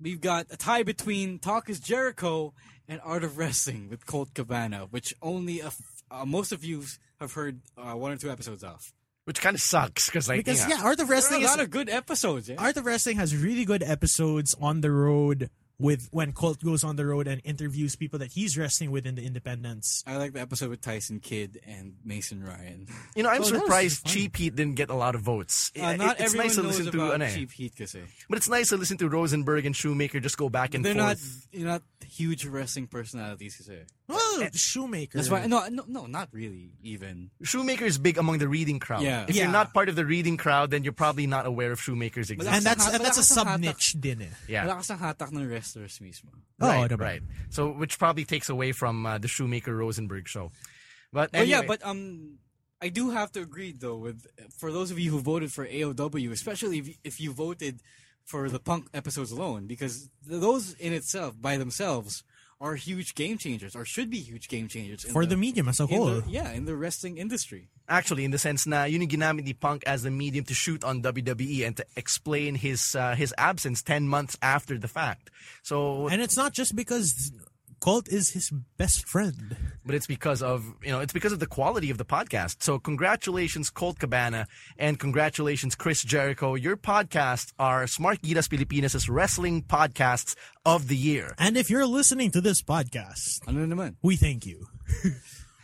S2: We've got a tie between Talk is Jericho and Art of Wrestling with Colt Cabana, which only a f- uh, most of you have heard uh, one or two episodes of.
S1: Which kind of sucks because like
S3: Because
S1: yeah.
S3: yeah, Art of
S2: There are
S3: Wrestling
S2: a
S3: is
S2: lot of good episodes. Yeah?
S3: Art of Wrestling has really good episodes on the road with when Colt goes on the road and interviews people that he's wrestling with in the independents.
S2: I like the episode with Tyson Kidd and Mason Ryan.
S1: you know I'm
S3: Oh, that was
S1: surprised
S3: fun.
S1: Cheap Heat didn't get a lot of votes.
S2: Uh,
S1: It-
S2: not
S1: it's
S2: everyone
S1: nice to
S2: knows
S1: listen to,
S2: about
S1: ano eh.
S2: Cheap Heat, kasi.
S1: but it's nice to listen to Rosenberg and Shoemaker just go back and
S2: They're not,
S1: forth.
S2: you're not huge wrestling personalities, kasi.
S3: Well, Shoemaker.
S2: That's why no, no, no, not really. Even
S1: Shoemaker is big among the reading crowd.
S2: Yeah.
S1: If
S3: Yeah.
S1: you're not part of the reading crowd, then you're probably not aware of Shoemaker's existence.
S3: and that's
S2: Wala
S3: and that's a
S2: kasang hatak.
S3: sub niche din. eh.
S1: yeah.
S2: wala kasang hatak ng wrestlers mismo.
S3: Oh,
S1: right,
S3: diba?
S1: right. So, which probably takes away from uh, the Shoemaker Rosenberg show. But
S2: But Oh, yeah,
S1: anyway,
S2: but um, I do have to agree though with for those of you who voted for AOW, especially if, if you voted for the Punk episodes alone, because th- those in itself by themselves are huge game changers or should be huge game changers in
S3: For the medium as a
S2: in the-
S3: whole.
S2: yeah, in the wrestling industry.
S1: actually, in the sense na yun yung ginamit ni Punk as the medium to shoot on WWE and to explain his uh, his absence ten months after the fact. So
S3: And it's not just because Colt is his best friend.
S1: but it's because of you know it's because of the quality of the podcast. So congratulations, Colt Cabana, and congratulations, Chris Jericho. Your podcasts are Smart Gitas Pilipinas' wrestling podcasts of the
S3: [LAUGHS]
S1: year.
S3: And if you're listening to this podcast,
S2: Ano naman?
S3: we thank [LAUGHS] you.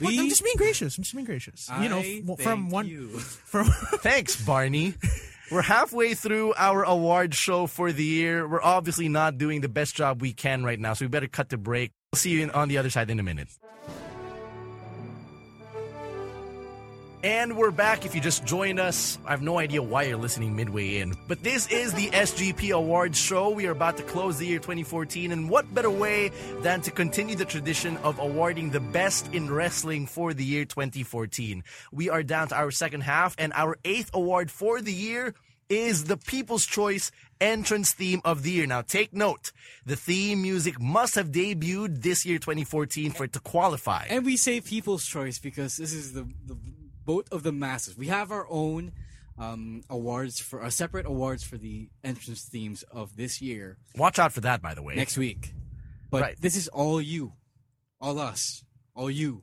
S2: We-
S3: I'm just being gracious. I'm just being gracious. you know,
S2: I
S3: f- from
S2: thank
S3: one
S2: you. [LAUGHS]
S3: from
S1: Thanks, Barney. We're halfway through our award show for the year. We're obviously not doing the best job we can right now, so we better cut the break. We'll see you in- on the other side in a minute. And we're back. If you just joined us, I have no idea why you're listening midway in. But this is the SGP Awards show. We are about to close the year 2014, and what better way than to continue the tradition of awarding the best in wrestling for the year 2014? We are down to our second half, and our eighth award for the year is the People's Choice entrance theme of the year. Now, take note the theme music must have debuted this year, 2014, for it to qualify.
S2: And we say people's choice because this is the, the vote of the masses. We have our own um, awards for our separate awards for the entrance themes of this year
S1: Watch out for that, by the way.
S2: next week. But
S1: Right.
S2: this is all you, all us, all you.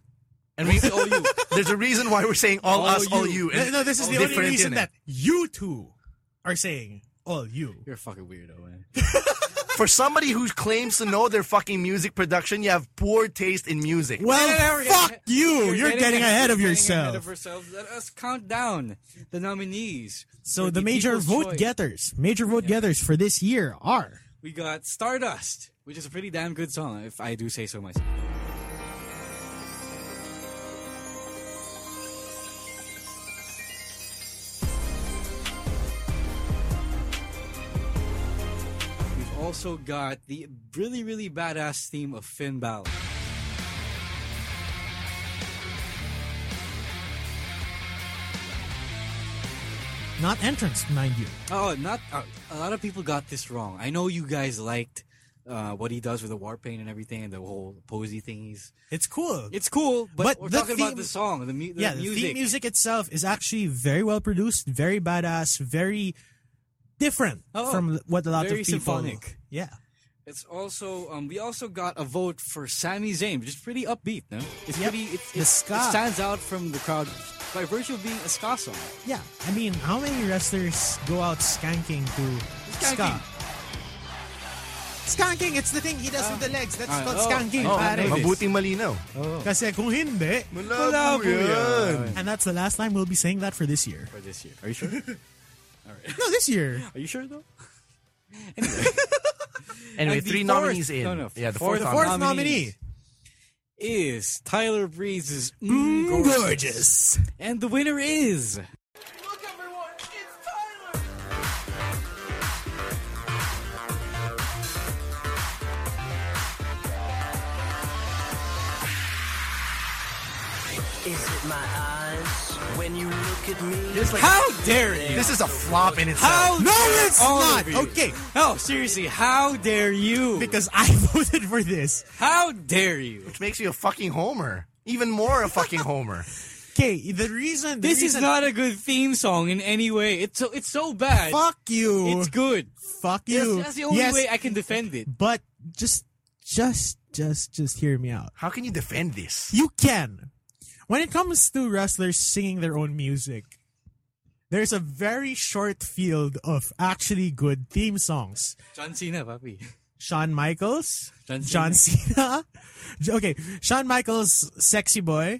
S1: and we,
S2: All you.
S1: There's a reason why we're saying all,
S2: All
S1: us, all
S2: you.
S1: you.
S3: no, no, this is the only
S1: different,
S3: reason
S1: innit?
S3: that you two are saying all you.
S2: You're a fucking weirdo,
S3: [LAUGHS]
S2: man.
S1: For somebody who claims to know their fucking music production, you have poor taste in music.
S3: Well, [LAUGHS]
S2: No, no, no, we're
S3: fuck
S2: getting-
S3: you.
S2: we're
S3: You're, getting ahead of
S2: we're getting
S3: yourself.
S2: ahead of ourselves. Let us count down the nominees.
S3: so
S2: for
S3: the major
S2: People's
S3: vote
S2: Choice.
S3: getters, major vote getters for this year are
S2: We got Stardust, which is a pretty damn good song, if I do say so myself. We've also got the really, really badass theme of Finn Balor.
S3: not entrance, mind you.
S2: Oh, not uh, a lot of people got this wrong. I know you guys liked uh, what he does with the war paint and everything, and the whole posy thingies.
S3: It's cool.
S2: It's cool, but,
S3: But
S2: we're
S3: the
S2: talking about
S3: theme-
S2: the song, the, mu- the
S3: yeah,
S2: music.
S3: the theme music itself is actually very well produced, very badass, very different
S2: Oh,
S3: from what a lot
S2: very
S3: of people.
S2: symphonic.
S3: Yeah,
S2: It's also um, we also got a vote for Sami Zayn, which is pretty upbeat. No, it's
S3: Yep.
S2: pretty it's,
S3: The
S2: it's,
S3: ska.
S2: it stands out from the crowd by virtue of being a ska song.
S3: yeah. I mean, how many wrestlers go out skanking to ska?
S2: Skanking.
S3: Skanking, it's the thing he does with the legs. That's
S2: Ah,
S3: called
S2: oh,
S3: skanking,
S2: oh, I
S3: pare.
S2: know this.
S1: Mabuting malinaw.
S3: Oh. Kasi kung hindi,
S1: Wala po yan.
S3: and that's the last time we'll be saying that for this year.
S2: For this year, are you sure?
S3: No, this year.
S2: are you sure though?
S1: [LAUGHS] Anyway,
S2: And the
S1: three
S2: fourth-
S1: nominees in.
S2: no, no,
S1: yeah, the fourth,
S2: fourth-
S3: The
S2: Our
S3: fourth
S1: nom-
S3: nominee.
S2: nominees. Is Tyler Breeze's mm,
S3: Gorgeous.
S2: and the winner is
S5: Look, everyone, it's Tyler!
S6: Is it my eyes when you look at me?
S1: This, like,
S2: how dare you?
S1: this is a flop in itself.
S2: how
S3: No,
S2: dare
S3: it's
S2: all
S3: not.
S2: of you?
S3: Okay.
S2: no, seriously, how dare you?
S3: Because I [LAUGHS] voted for this.
S2: how dare you?
S1: Which makes you a fucking homer. Even more a fucking homer.
S3: Okay, the reason the
S2: This is
S3: reason-
S2: not a good theme song in any way. It's so it's so bad.
S3: Fuck you.
S2: It's good.
S3: Fuck you.
S2: That's, that's the only
S3: yes,
S2: way I can defend it.
S3: but just, just, just, just hear me out.
S1: How can you defend this?
S3: You can. When it comes to wrestlers singing their own music, there's a very short field of actually good theme songs.
S2: John Cena, papi.
S3: Shawn Michaels,
S2: John
S3: John Cena. [LAUGHS] okay, Shawn Michaels, Sexy Boy.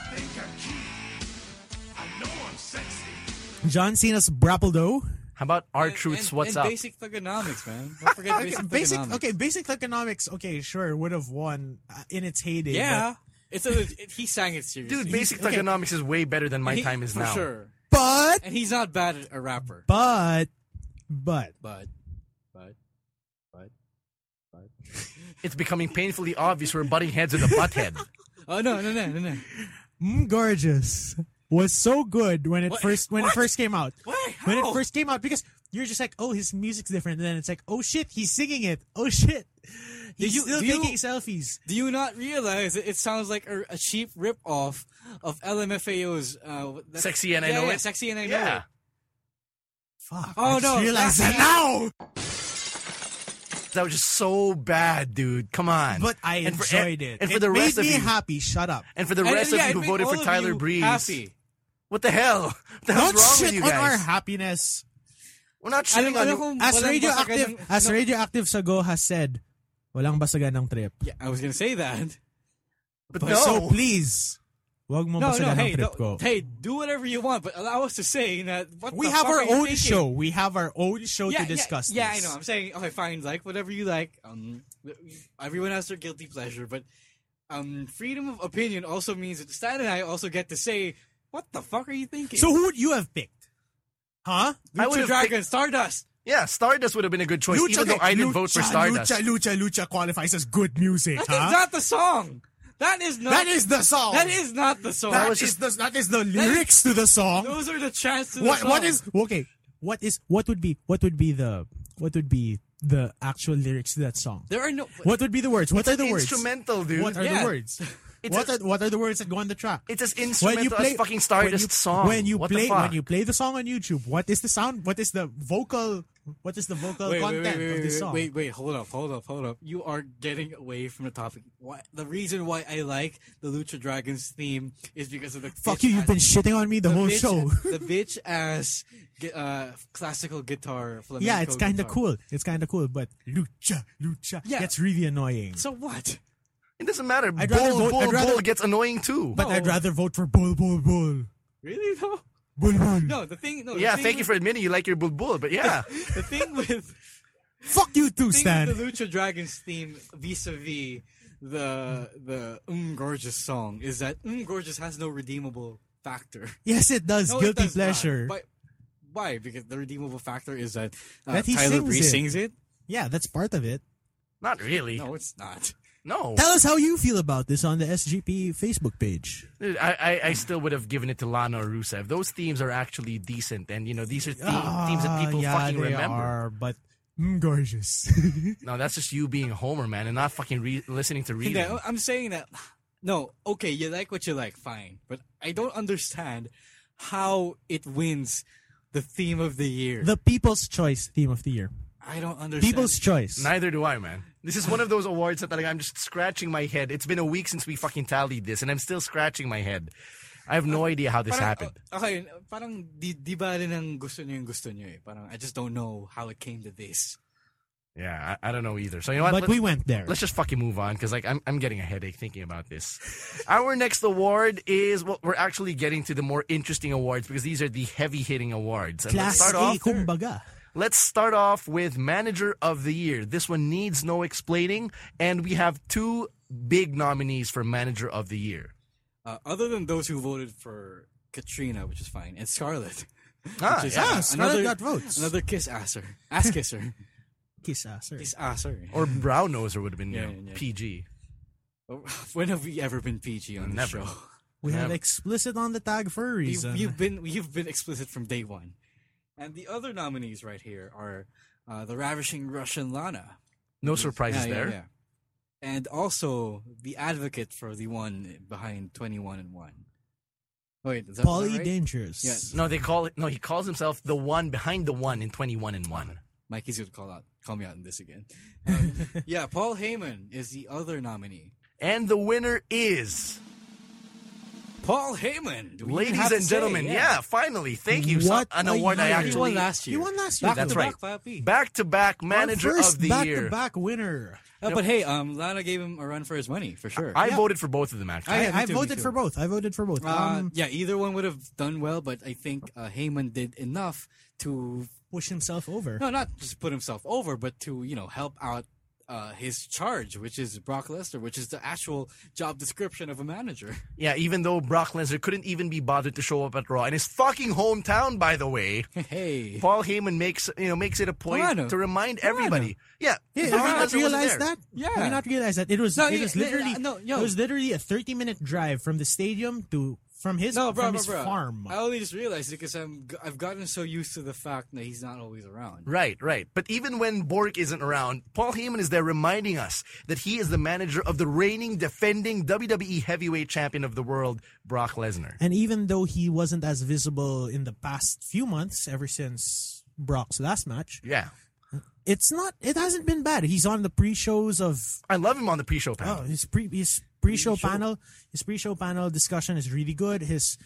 S5: Think I'm cute. I know I'm sexy.
S3: John Cena's Brappldo.
S1: How about R Truth's
S2: and,
S1: What's
S2: and
S1: Up?
S2: Basic thugonomics, man.
S1: [LAUGHS]
S2: Don't forget
S3: Okay,
S2: basic,
S3: basic,
S2: thugonomics.
S3: okay, basic economics. Okay, sure, would have won uh, in its heyday.
S2: Yeah, it's a, it, he sang it seriously.
S1: Dude, Basic
S3: okay.
S1: Thugonomics is way better than My
S2: He-
S1: Time Is
S2: for
S1: Now.
S2: sure.
S3: but
S2: And he's not bad at a rapper,
S3: but but
S2: but but but.
S1: It's becoming painfully obvious we're butting heads with a
S2: [LAUGHS]
S1: butthead.
S2: Oh no no no no
S1: [LAUGHS]
S2: no!
S3: mm, gorgeous was so good when it
S2: What?
S3: first when
S2: What?
S3: it first came out.
S2: Why?
S3: When it
S2: How?
S3: first came out, because you're just like, oh, his music's different, and then it's like, oh shit, he's singing it. Oh shit, he's
S2: you-
S3: still
S2: do you-
S3: taking selfies.
S2: Do you not realize it, it sounds like a, a cheap rip-off of LMFAO's uh, that's-
S1: Sexy and I
S2: yeah,
S1: Know
S2: yeah,
S1: It?
S2: Sexy and I know
S1: yeah.
S2: it.
S3: Fuck.
S2: Oh,
S3: I just
S2: no, [LAUGHS]
S3: realized
S2: that-
S3: that now.
S1: That was just so bad, dude. Come on.
S3: But I
S1: And
S2: e-
S1: for-
S3: enjoyed it.
S1: And for
S3: it
S1: the
S3: made
S1: rest of
S3: me
S1: you,
S3: happy. Shut up.
S1: and for the
S2: And-
S1: rest of
S2: yeah,
S1: you
S2: it
S1: who
S2: made
S1: voted
S2: all
S1: for
S2: of
S1: Tyler
S2: you
S1: Breeze,
S2: happy.
S1: what the hell? [LAUGHS] What the hell's
S3: Don't
S1: wrong
S3: shit
S1: with you
S3: on our
S1: guys?
S3: happiness.
S1: We're not
S2: Alam,
S1: shitting on
S2: alam
S1: you.
S2: kong
S3: As
S2: walang
S3: radioactive,
S2: basagan ng-
S3: as
S2: no-
S3: radioactive Sago has said, walang basagan ng trip.
S2: Yeah, I was gonna say that.
S1: But
S3: But So
S1: no.
S3: please, wag mo
S2: No, no,
S3: basagan
S2: hey,
S3: ang trip
S2: don't-
S3: ko.
S2: hey, do whatever you want, but allow us to say that. What
S3: we
S2: the
S3: have
S2: fuck
S3: our
S2: are you
S3: own
S2: thinking?
S3: show. We have our own show
S2: yeah,
S3: to discuss.
S2: Yeah,
S3: this.
S2: yeah I know. I'm saying okay, fine, like whatever you like. Um, everyone has their guilty pleasure, but um, freedom of opinion also means that Stan and I also get to say, "What the fuck are you thinking?"
S3: So who would you have picked? Huh?
S1: I would
S2: Lucha
S1: have
S2: Dragon,
S1: picked-
S2: Stardust.
S1: Yeah, Stardust would have been a good choice, even though I didn't vote for
S3: Lucha,
S1: Stardust.
S3: Lucha, Lucha, Lucha qualifies as good music.
S2: That is
S3: huh?
S2: not the song. That is not.
S3: that is the song.
S2: That is not the song.
S3: That is the that is the lyrics to the song.
S2: Those are the chants to the
S3: what
S2: song.
S3: what is okay? What is what would be what would be the what would be the actual lyrics to that song?
S2: There are no.
S3: What would be the words? What are the
S1: an
S3: words?
S1: instrumental, dude.
S3: What are
S2: Yeah.
S3: the words?
S1: It's
S3: What
S1: a-
S3: are, what are the words that go on the track?
S1: It's as instrumental as fucking
S3: when
S1: Stardust
S3: you,
S1: song.
S3: When you
S1: what
S3: play
S1: the fuck?
S3: when you play the song on YouTube, what is the sound? What is the vocal? What is the vocal
S2: Wait, wait,
S3: content
S2: wait,
S3: of
S2: wait,
S3: this
S2: wait,
S3: song?
S2: wait, wait, hold up, hold up, hold up. You are getting away from the topic. Why, the reason why I like the Lucha Dragons theme is because of the
S3: Fuck
S2: bitch
S3: you! You've been
S2: ass-
S3: shitting on me the, whole
S2: bitch,
S3: show.
S2: [LAUGHS] the bitch ass gu- uh, classical guitar. Flamenco
S3: [LAUGHS] yeah, it's kind
S2: kind
S3: of cool. It's kind of cool, but lucha, lucha,
S2: Yeah.
S3: that's really annoying.
S2: So what?
S1: It doesn't matter.
S3: I'd
S1: bull,
S3: rather vote-
S1: bull,
S3: I'd rather-
S1: bull gets annoying too.
S3: but I'd rather vote for bull, bull, bull,
S2: Really though?
S3: bull, bull.
S2: No, the thing. No, the
S1: yeah,
S2: thing
S1: thank you for
S2: with-
S1: admitting you like your bull, bull. But
S3: [LAUGHS]
S1: yeah,
S2: [LAUGHS] the thing with.
S3: Fuck you too,
S2: thing
S3: Stan.
S2: with the Lucha Dragons theme vis-a-vis the the Um Gorgeous song is that Um Gorgeous has no redeemable factor.
S3: Yes, it does.
S2: No, it
S3: Guilty
S2: does not.
S3: pleasure.
S2: But why? Because the redeemable factor is that, uh,
S3: That he
S2: Tyler
S3: sings
S2: Breeze
S3: it.
S2: sings it.
S3: yeah, that's part of it.
S1: not really.
S2: No, it's not.
S1: No,
S3: Tell us how you feel about this on the SGP Facebook page.
S1: Dude, I, I, I still would have given it to Lana or Rusev. Those themes are actually decent, and you know these are theme, themes that
S3: Ah,
S1: people
S3: yeah,
S1: fucking
S3: they
S1: remember.
S3: Are, but mm, gorgeous. [LAUGHS]
S1: No, that's just you being Homer, man, and not fucking re- listening to reading.
S2: Yeah, I'm saying that. No, okay, you like what you like, fine. But I don't understand how it wins the theme of the year.
S3: the People's Choice theme of the year.
S2: I don't understand.
S3: People's Choice.
S1: Neither do I, man. This is one of those awards that like, I'm just scratching my head. It's been a week since we fucking tallied this, and I'm still scratching my head. Uh, I have no idea how this
S2: parang,
S1: happened.
S2: o- Okay, parang di, di ba rin ang gusto nyo yung gusto nyo eh. Parang I just don't know how it came to this.
S1: Yeah, I, I don't know either. So you know what?
S3: But
S1: Let's-
S3: we went there.
S1: Let's just fucking move on because like I'm, I'm getting a headache thinking about [LAUGHS] this. Our next award is what we're actually getting to the more interesting awards because these are the heavy hitting awards. And
S3: Class
S1: let's start
S3: A,
S1: off.
S3: kumbaga.
S1: Let's start off with manager of the year. This one needs no explaining, and we have two big nominees for manager of the year.
S2: Uh, other than those who voted for Katrina, which is fine, and Scarlett. [LAUGHS]
S1: Ah,
S2: which is,
S1: yeah.
S3: yeah, Scarlett got votes.
S2: Another kiss asser.
S1: [LAUGHS]
S2: Ass kisser.
S3: Kiss ass. sir.
S2: kiss asser. [LAUGHS]
S1: Or brown noser would have been you
S2: Yeah,
S1: know,
S2: yeah, yeah.
S1: PG.
S2: Oh, [LAUGHS] when have we ever been PG on this
S1: Never. [LAUGHS]
S2: show?
S3: We have
S1: Yeah.
S3: explicit on the tag uh, for
S2: You've,
S3: a reason.
S2: you've been you've been explicit from day one. And the other nominees right here are uh, the ravishing Russian Lana.
S1: No surprises
S2: Yeah, yeah,
S1: there.
S2: yeah. And also the advocate for the one behind Twenty One and One. Wait, is that,
S3: Pauly
S2: is that right?
S3: Dangerous.
S2: Yeah.
S1: No, they call it. No, he calls himself the one behind the one in twenty one and one.
S2: Mikey's gonna call out, call me out on this again.
S1: [LAUGHS]
S2: Um, yeah, Paul Heyman is the other nominee.
S1: And the winner is,
S2: Paul Heyman, Do we even
S1: ladies
S2: have to
S1: and
S2: say?
S1: gentlemen. yeah. finally, thank you. So-
S3: What
S1: an
S3: a
S1: award I
S3: year.
S2: He
S1: actually
S2: won last year.
S3: He won last year,
S2: Back
S1: That's
S2: to
S1: right.
S2: back, Papi.
S1: Back to back
S3: Our
S1: manager
S3: first
S1: of the
S3: back
S1: year.
S3: to back winner.
S2: Uh, but hey, um, Lana gave him a run for his money for sure.
S1: I voted for both of them actually.
S2: I-
S3: I,
S2: yeah, me
S3: I
S2: too, me
S3: voted
S2: too.
S3: for both. I voted for both.
S2: Uh,
S3: um,
S2: yeah, either one would have done well, but I think uh, Heyman did enough to
S3: push himself over.
S2: no, not just put himself over, but to you know help out uh, his charge, which is Brock Lesnar, which is the actual job description of a manager. [LAUGHS]
S1: yeah, even though Brock Lesnar couldn't even be bothered to show up at Raw in his fucking hometown, by the way.
S2: hey,
S1: Paul Heyman makes you know makes it a point
S2: Paul Heyman.
S1: to remind
S2: Paul Heyman.
S1: everybody. Yeah,
S3: Hey, did
S1: Brock Lesnar
S3: we not
S1: wasn't
S3: realize
S1: there.
S3: that?
S2: Yeah.
S3: Did we not realize that? It was
S2: No,
S3: it
S2: yeah,
S3: was
S2: yeah,
S3: literally
S2: yeah, no, yo.
S3: it was literally a thirty minute drive from the stadium to from his
S2: no, bro,
S3: from
S2: bro,
S3: his
S2: bro.
S3: farm.
S2: I only just realized it because I'm I've gotten so used to the fact that he's not always around.
S1: Right, right. But even when Bork isn't around, Paul Heyman is there reminding us that he is the manager of the reigning, defending WWE heavyweight champion of the world, Brock Lesnar.
S3: And even though he wasn't as visible in the past few months, ever since Brock's last match,
S1: Yeah.
S3: it's not. It hasn't been bad. He's on the pre-shows of
S1: I love him on the pre-show panel.
S3: Oh, his pre his pre-show panel, his pre-show panel discussion is really good. His,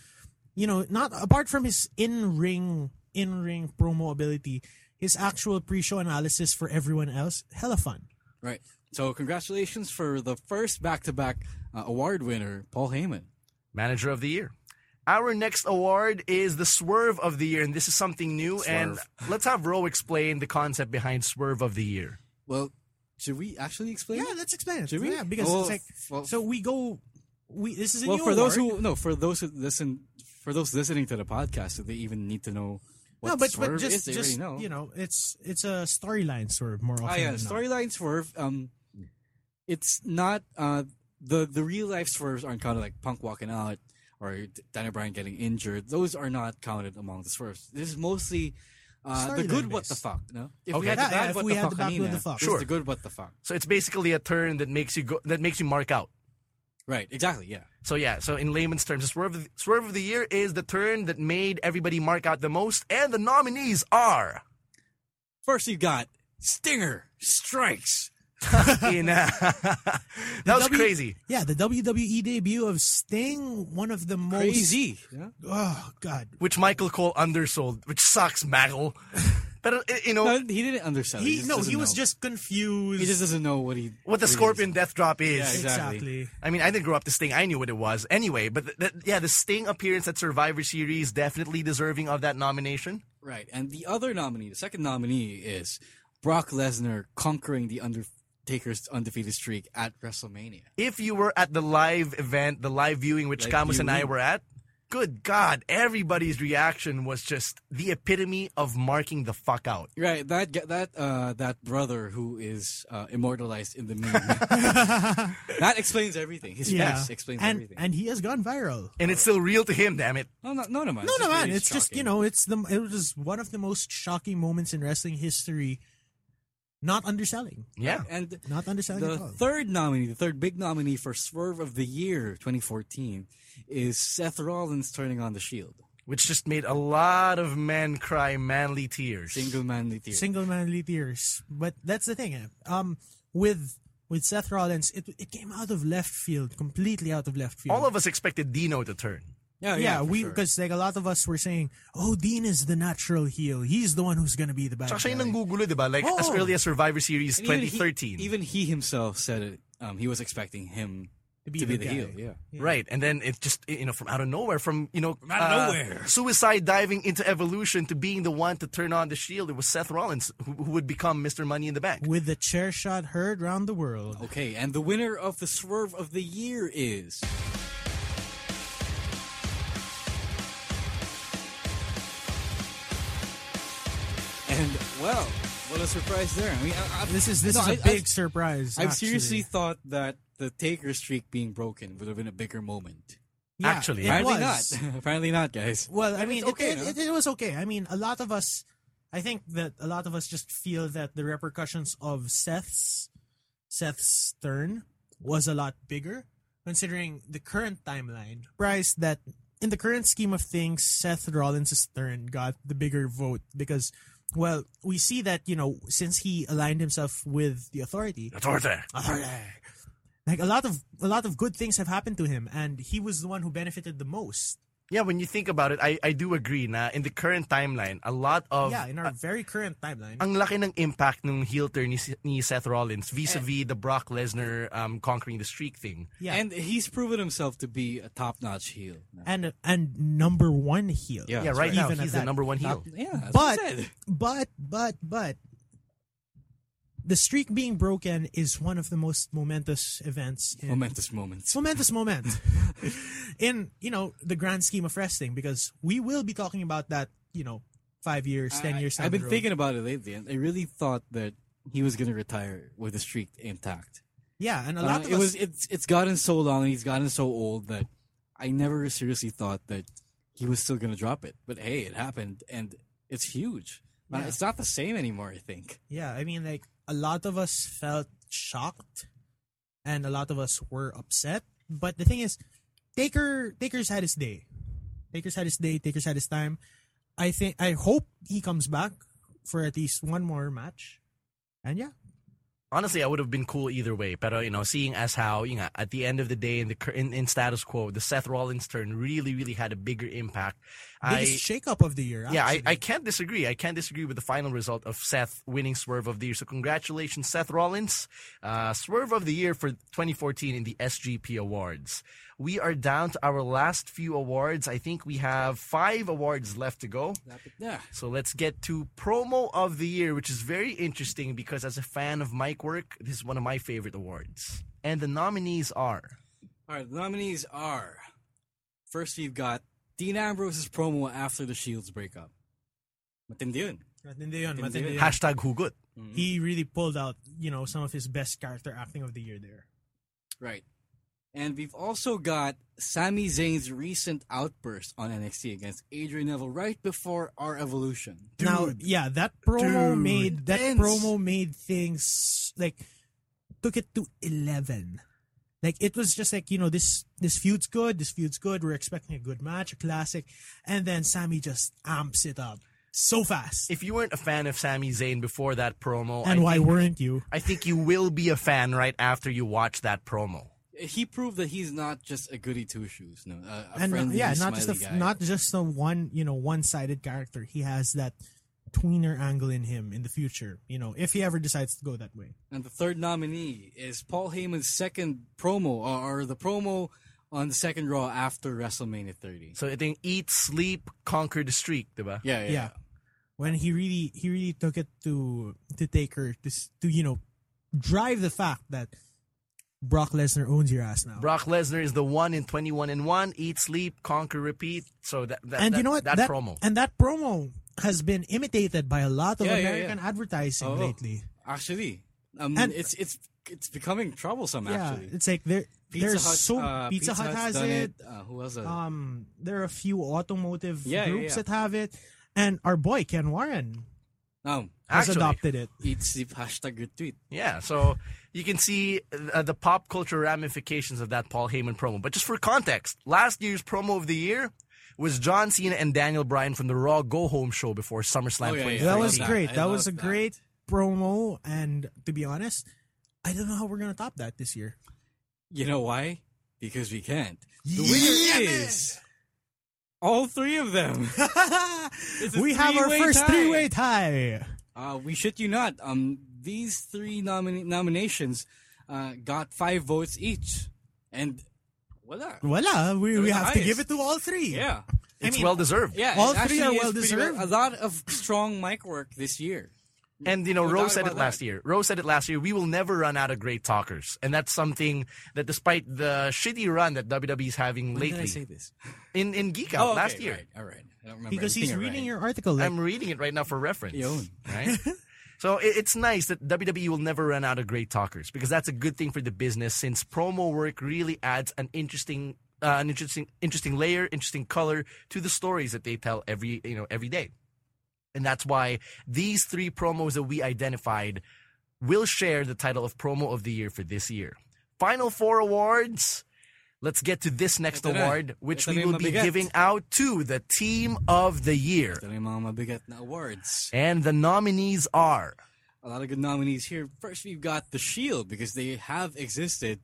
S3: you know, not apart from his in-ring in-ring promo ability, his actual pre-show analysis for everyone else, hella fun.
S2: Right. So congratulations for the first back-to-back uh, award winner, Paul Heyman.
S1: Manager of the Year. Our next award is the Swerve of the Year, and this is something new. And let's have Ro explain the concept behind Swerve of the Year.
S2: Well, should we actually explain?
S3: Yeah,
S2: it?
S3: let's explain it.
S2: Should we?
S3: Yeah, because
S2: Well,
S3: it's like
S2: well-
S3: so we go. We this is a
S2: well,
S3: new
S2: for those
S3: award.
S2: who no, for those who listen, for those listening to the podcast, do they even need to know what
S3: no, but
S2: swerve is?
S3: but just
S2: They
S3: just
S2: already know.
S3: you know, it's it's a storyline swerve more often.
S2: Ah, yeah,
S3: than not.
S2: storyline swerve. Um, it's not uh the the real life swerves aren't counted like Punk walking out or Daniel Bryan getting injured. Those are not counted among the swerves. This is mostly. Uh, the
S3: Storyline
S2: good what the
S3: based.
S2: fuck, no? If
S1: Okay.
S2: we had the
S3: Yeah,
S2: bad
S3: yeah, if
S2: what
S3: we
S2: the
S3: had
S2: fuck,
S3: the bad what
S2: Kanina,
S3: the fuck.
S2: this is
S1: Sure.
S2: the good what the fuck.
S1: So it's basically a turn that makes you go, that makes you mark out.
S2: Right, exactly, yeah.
S1: So yeah, so in layman's terms, the Swerve of the, Swerve of the Year is the turn that made everybody mark out the most, and the nominees
S2: [LAUGHS]
S1: are.
S2: First you got Stinger strikes.
S1: in, [LAUGHS] that was
S3: W-
S1: crazy.
S3: Yeah, the WWE debut of Sting, one of the most
S2: Crazy. Yeah.
S3: Oh God,
S1: Which Michael Cole undersold, which sucks,
S2: [LAUGHS]
S1: Maggle. But uh, you know
S2: No, Oh, he didn't understand.
S3: he
S2: just
S3: no,
S2: doesn't
S3: he was
S2: know.
S3: just confused.
S2: He just doesn't know what he
S1: what the
S2: he is.
S1: Scorpion Death Drop is.
S2: Yeah, exactly.
S3: exactly.
S1: I mean, I didn't grow up to Sting. I knew what it was anyway. But th- th- yeah, the Sting appearance at Survivor Series definitely deserving of that nomination.
S2: Right, and the other nominee, the second nominee, is Brock Lesnar conquering the Undertaker's undefeated streak at WrestleMania.
S1: If you were at the live event, the live viewing, which
S2: Live
S1: Camus and I
S2: viewing.
S1: were at, good God, everybody's reaction was just the epitome of marking the fuck out.
S2: Right, that ge- that uh, that brother who is uh, immortalized in the [LAUGHS] meme. that explains everything. His face explains
S3: and
S2: everything.
S3: and he has gone viral.
S1: And it's still real to him, damn it.
S2: no, no, no, no, man.
S3: No, no, man,
S2: really
S3: it's just you
S2: shocking.
S3: know, it's the it was one of the most shocking moments in wrestling history. Not underselling,
S1: Yeah.
S2: And
S3: not underselling
S2: the
S3: at all.
S2: third nominee, the third big nominee for Swerve of the Year 2014, is Seth Rollins turning on the Shield.
S1: Which just made a lot of men cry manly tears.
S2: Single manly theory.
S3: Single manly tears, but that's the thing. eh. Um, with with Seth Rollins, it it came out of left field, completely out of left field.
S1: All of us expected Dino to turn.
S2: oh, yeah,
S3: yeah,
S2: for
S3: we
S2: sure.
S3: because like a lot of us were saying, oh, Dean is the natural heel. He's the one who's gonna be the bad
S1: Tsaka siya yung
S3: guy."
S1: nanggugulo, di ba? Like, as
S3: Oo.
S1: early as Survivor Series
S2: And even Oh! he-
S1: 2013.
S2: Even he, himself said it. Um, he was expecting him to be, the,
S3: the guy.
S2: heel. Yeah.
S1: Right, and then it just you know from out of nowhere, from you know uh,
S2: out of nowhere.
S1: suicide diving into evolution to being the one to turn on the shield. It was Seth Rollins who, who would become Mister Money in the Bank.
S3: with the chair shot heard round the world.
S2: Okay, and the winner of the swerve of the year is And well, what a surprise there. I mean, I, I,
S3: This is this
S2: no,
S3: is a
S2: I- I-
S3: big surprise.
S2: I've
S3: actually.
S2: seriously thought that the Taker streak being broken would have been a bigger moment.
S3: Yeah,
S1: Actually.
S3: it
S2: Apparently
S3: was.
S2: not. [LAUGHS] Apparently not, guys.
S3: Well, I
S2: And
S3: mean,
S2: it's okay,
S3: it,
S2: no?
S3: it, it, it was okay. I mean, a lot of us, I think that a lot of us just feel that the repercussions of Seth's Seth's turn was a lot bigger, considering the current timeline. Price that in the current scheme of things, Seth Rollins' turn got the bigger vote because, well, we see that you know since he aligned himself with the Authority,
S1: Authority.
S3: like a lot of a lot of good things have happened to him, and he was the one who benefited the most.
S1: Yeah, when you think about it, I, I do agree. Na in the current timeline, a lot of
S3: yeah, in our very current timeline.
S1: ang laki ng impact ng heel turn ni, ni Seth Rollins vis-a-vis the Brock Lesnar um, conquering the streak thing.
S3: Yeah.
S2: And he's proven himself to be a top-notch heel.
S3: and and number one heel.
S1: Yeah,
S2: Yeah. That's
S1: right
S3: right.
S1: now
S3: Even at
S1: he's the
S3: that.
S1: number one heel.
S2: Yeah, that's what
S3: But
S2: I said.
S3: but but but the streak being broken is one of the most momentous events.
S2: [LAUGHS]
S3: In,
S2: momentous moments.
S3: [LAUGHS] It's a momentous moment
S1: [LAUGHS]
S3: in you know the grand scheme of wrestling because we will be talking about that you know five years, ten
S2: I-
S3: years. down
S2: I've
S3: the
S2: been
S3: road.
S2: thinking about it lately, and I really thought that he was going to retire with the streak intact.
S3: Yeah, and a
S2: Uh,
S3: lot of
S2: it
S3: us.
S2: was it's it's gotten so long, and he's gotten so old that I never seriously thought that he was still going to drop it. But hey, it happened, and it's huge. Man,
S3: Yeah.
S2: It's not the same anymore. I think.
S3: yeah, I mean, like a lot of us felt shocked, and a lot of us were upset. But the thing is, Taker Taker's had his day. Taker's had his day. Taker's had his time. I think I hope he comes back for at least one more match. And yeah,
S1: honestly, I would have been cool either way. But uh, you know, seeing as how you know, at the end of the day, in the cur- in, in status quo, the Seth Rollins turn really, really had a bigger impact. I,
S3: biggest shakeup of the year.
S1: yeah, I,
S3: actually.
S1: I can't disagree. I can't disagree with the final result of Seth winning Swerve of the Year. So congratulations, Seth Rollins, uh, Swerve of the Year for 2014 in the SGP Awards. We are down to our last few awards. I think we have five awards left to go.
S2: Yeah.
S1: So let's get to promo of the year, which is very interesting because as a fan of mic work, this is one of my favorite awards. And the nominees are
S2: All right, the nominees are first you've got Dean Ambrose's promo after the Shields breakup. Matindi yun.
S3: Matindi yun,
S2: Matindi
S3: matindi
S2: yun.
S3: yun.
S1: hashtag Hugot. Mm-hmm.
S3: He really pulled out, you know, some of his best character acting of the year there.
S2: Right. And we've also got Sami Zayn's recent outburst on NXT against Adrian Neville right before our evolution.
S3: now, yeah, that promo
S2: Dude.
S3: made that
S2: Intense.
S3: promo made things like took it to eleven. Like it was just like you know this this feud's good, this feud's good. We're expecting a good match, a classic, and then Sammy just amps it up so fast.
S1: If you weren't a fan of Sami Zayn before that promo,
S3: and
S1: I
S3: why
S1: think,
S3: weren't you?
S1: I think you will be a fan right after you watch that promo.
S2: He proved that he's not just a goody two shoes, no, a, a
S3: and uh,
S2: friendly,
S3: yeah, not just
S2: smiley
S3: the,
S2: guy.
S3: not just the one you know one sided character. He has that tweener angle in him in the future. You know, if he ever decides to go that way.
S2: And the third nominee is Paul Heyman's second promo, or, or the promo on the second Raw after WrestleMania 30.
S1: So I think eat, sleep, conquer the streak, diba?
S2: Yeah, yeah.
S3: yeah. When he really he really took it to to take her to s- to you know drive the fact that Brock Lesnar owns your ass now.
S1: Brock Lesnar is the one in 21 and 1. Eat, sleep, conquer, repeat. So that, that
S3: and
S1: that-
S3: you know what?
S1: That, promo.
S3: and that promo has been imitated by a lot of
S2: Yeah, yeah, yeah.
S3: American advertising
S2: Oh.
S3: lately.
S2: Actually, um,
S3: And-
S2: it's it's it's becoming troublesome.
S3: yeah,
S2: Actually,
S3: it's like there
S2: Pizza
S3: there's
S2: Hut,
S3: so
S2: uh,
S3: Pizza, Hut
S2: Hut's
S3: has
S2: done
S3: it.
S2: Uh, who else? has it?
S3: Um, there are a few automotive
S2: Yeah, yeah,
S3: groups
S2: yeah.
S3: that have it, and our boy Ken Warren
S2: um,
S3: has
S1: Actually,
S3: adopted it.
S2: eat sleep hashtag retweet.
S1: Yeah, so you can see uh, the pop culture ramifications of that Paul Heyman promo. But just for context, last year's promo of the year was John Cena and Daniel Bryan from the Raw Go Home show before SummerSlam
S2: Oh, yeah, yeah.
S1: 20.
S3: That
S2: I
S3: was
S2: love that.
S3: great.
S2: I
S3: That, was a
S2: love that.
S3: great promo. And to be honest, I don't know how we're gonna top that this [LAUGHS] year.
S2: You know why? Because we can't. The winner is all three of them. [LAUGHS] a
S3: we have our
S2: three-way
S3: first
S2: tie.
S3: three-way tie.
S2: Uh, we shit you not. Um, these three nomina- nominations uh, got five votes each, and voila.
S3: Voila, we,
S2: They're
S3: we
S2: the
S3: have to
S2: highest.
S3: give it to all three.
S2: Yeah,
S1: It's well deserved.
S2: yeah. it
S3: All three are
S2: actually is
S3: well
S2: pretty
S3: deserved.
S2: A lot of strong mic work this year.
S1: And you know,
S2: No
S1: Rose
S2: doubt
S1: said
S2: about
S1: it last
S2: that.
S1: year. Rose said it last year. We will never run out of great talkers, and that's something that, despite the shitty run that WWE's having
S2: When
S1: lately,
S2: did I say this?
S1: in in Geek Out
S2: Oh, okay,
S1: last year,
S2: right, all right. I don't remember
S3: Because he's
S2: everything
S3: reading
S2: already.
S3: your article. Like,
S1: I'm reading it right now for reference.
S2: Yun.
S1: Right? so it, it's nice that WWE will never run out of great talkers because that's a good thing for the business since promo work really adds an interesting uh, an interesting interesting layer, interesting color to the stories that they tell every you know every day. And that's why these three promos that we identified will share the title of promo of the year for this year. Final four awards. Let's get to this next
S2: Ito na.
S1: award, which
S2: Ito na
S1: we
S2: yung
S1: will be
S2: mabigat.
S1: giving out to the team of the year.
S2: Ito na yung mga mabigat na awards.
S1: And the nominees are
S2: A lot of good nominees here. First, we've got The Shield because they have existed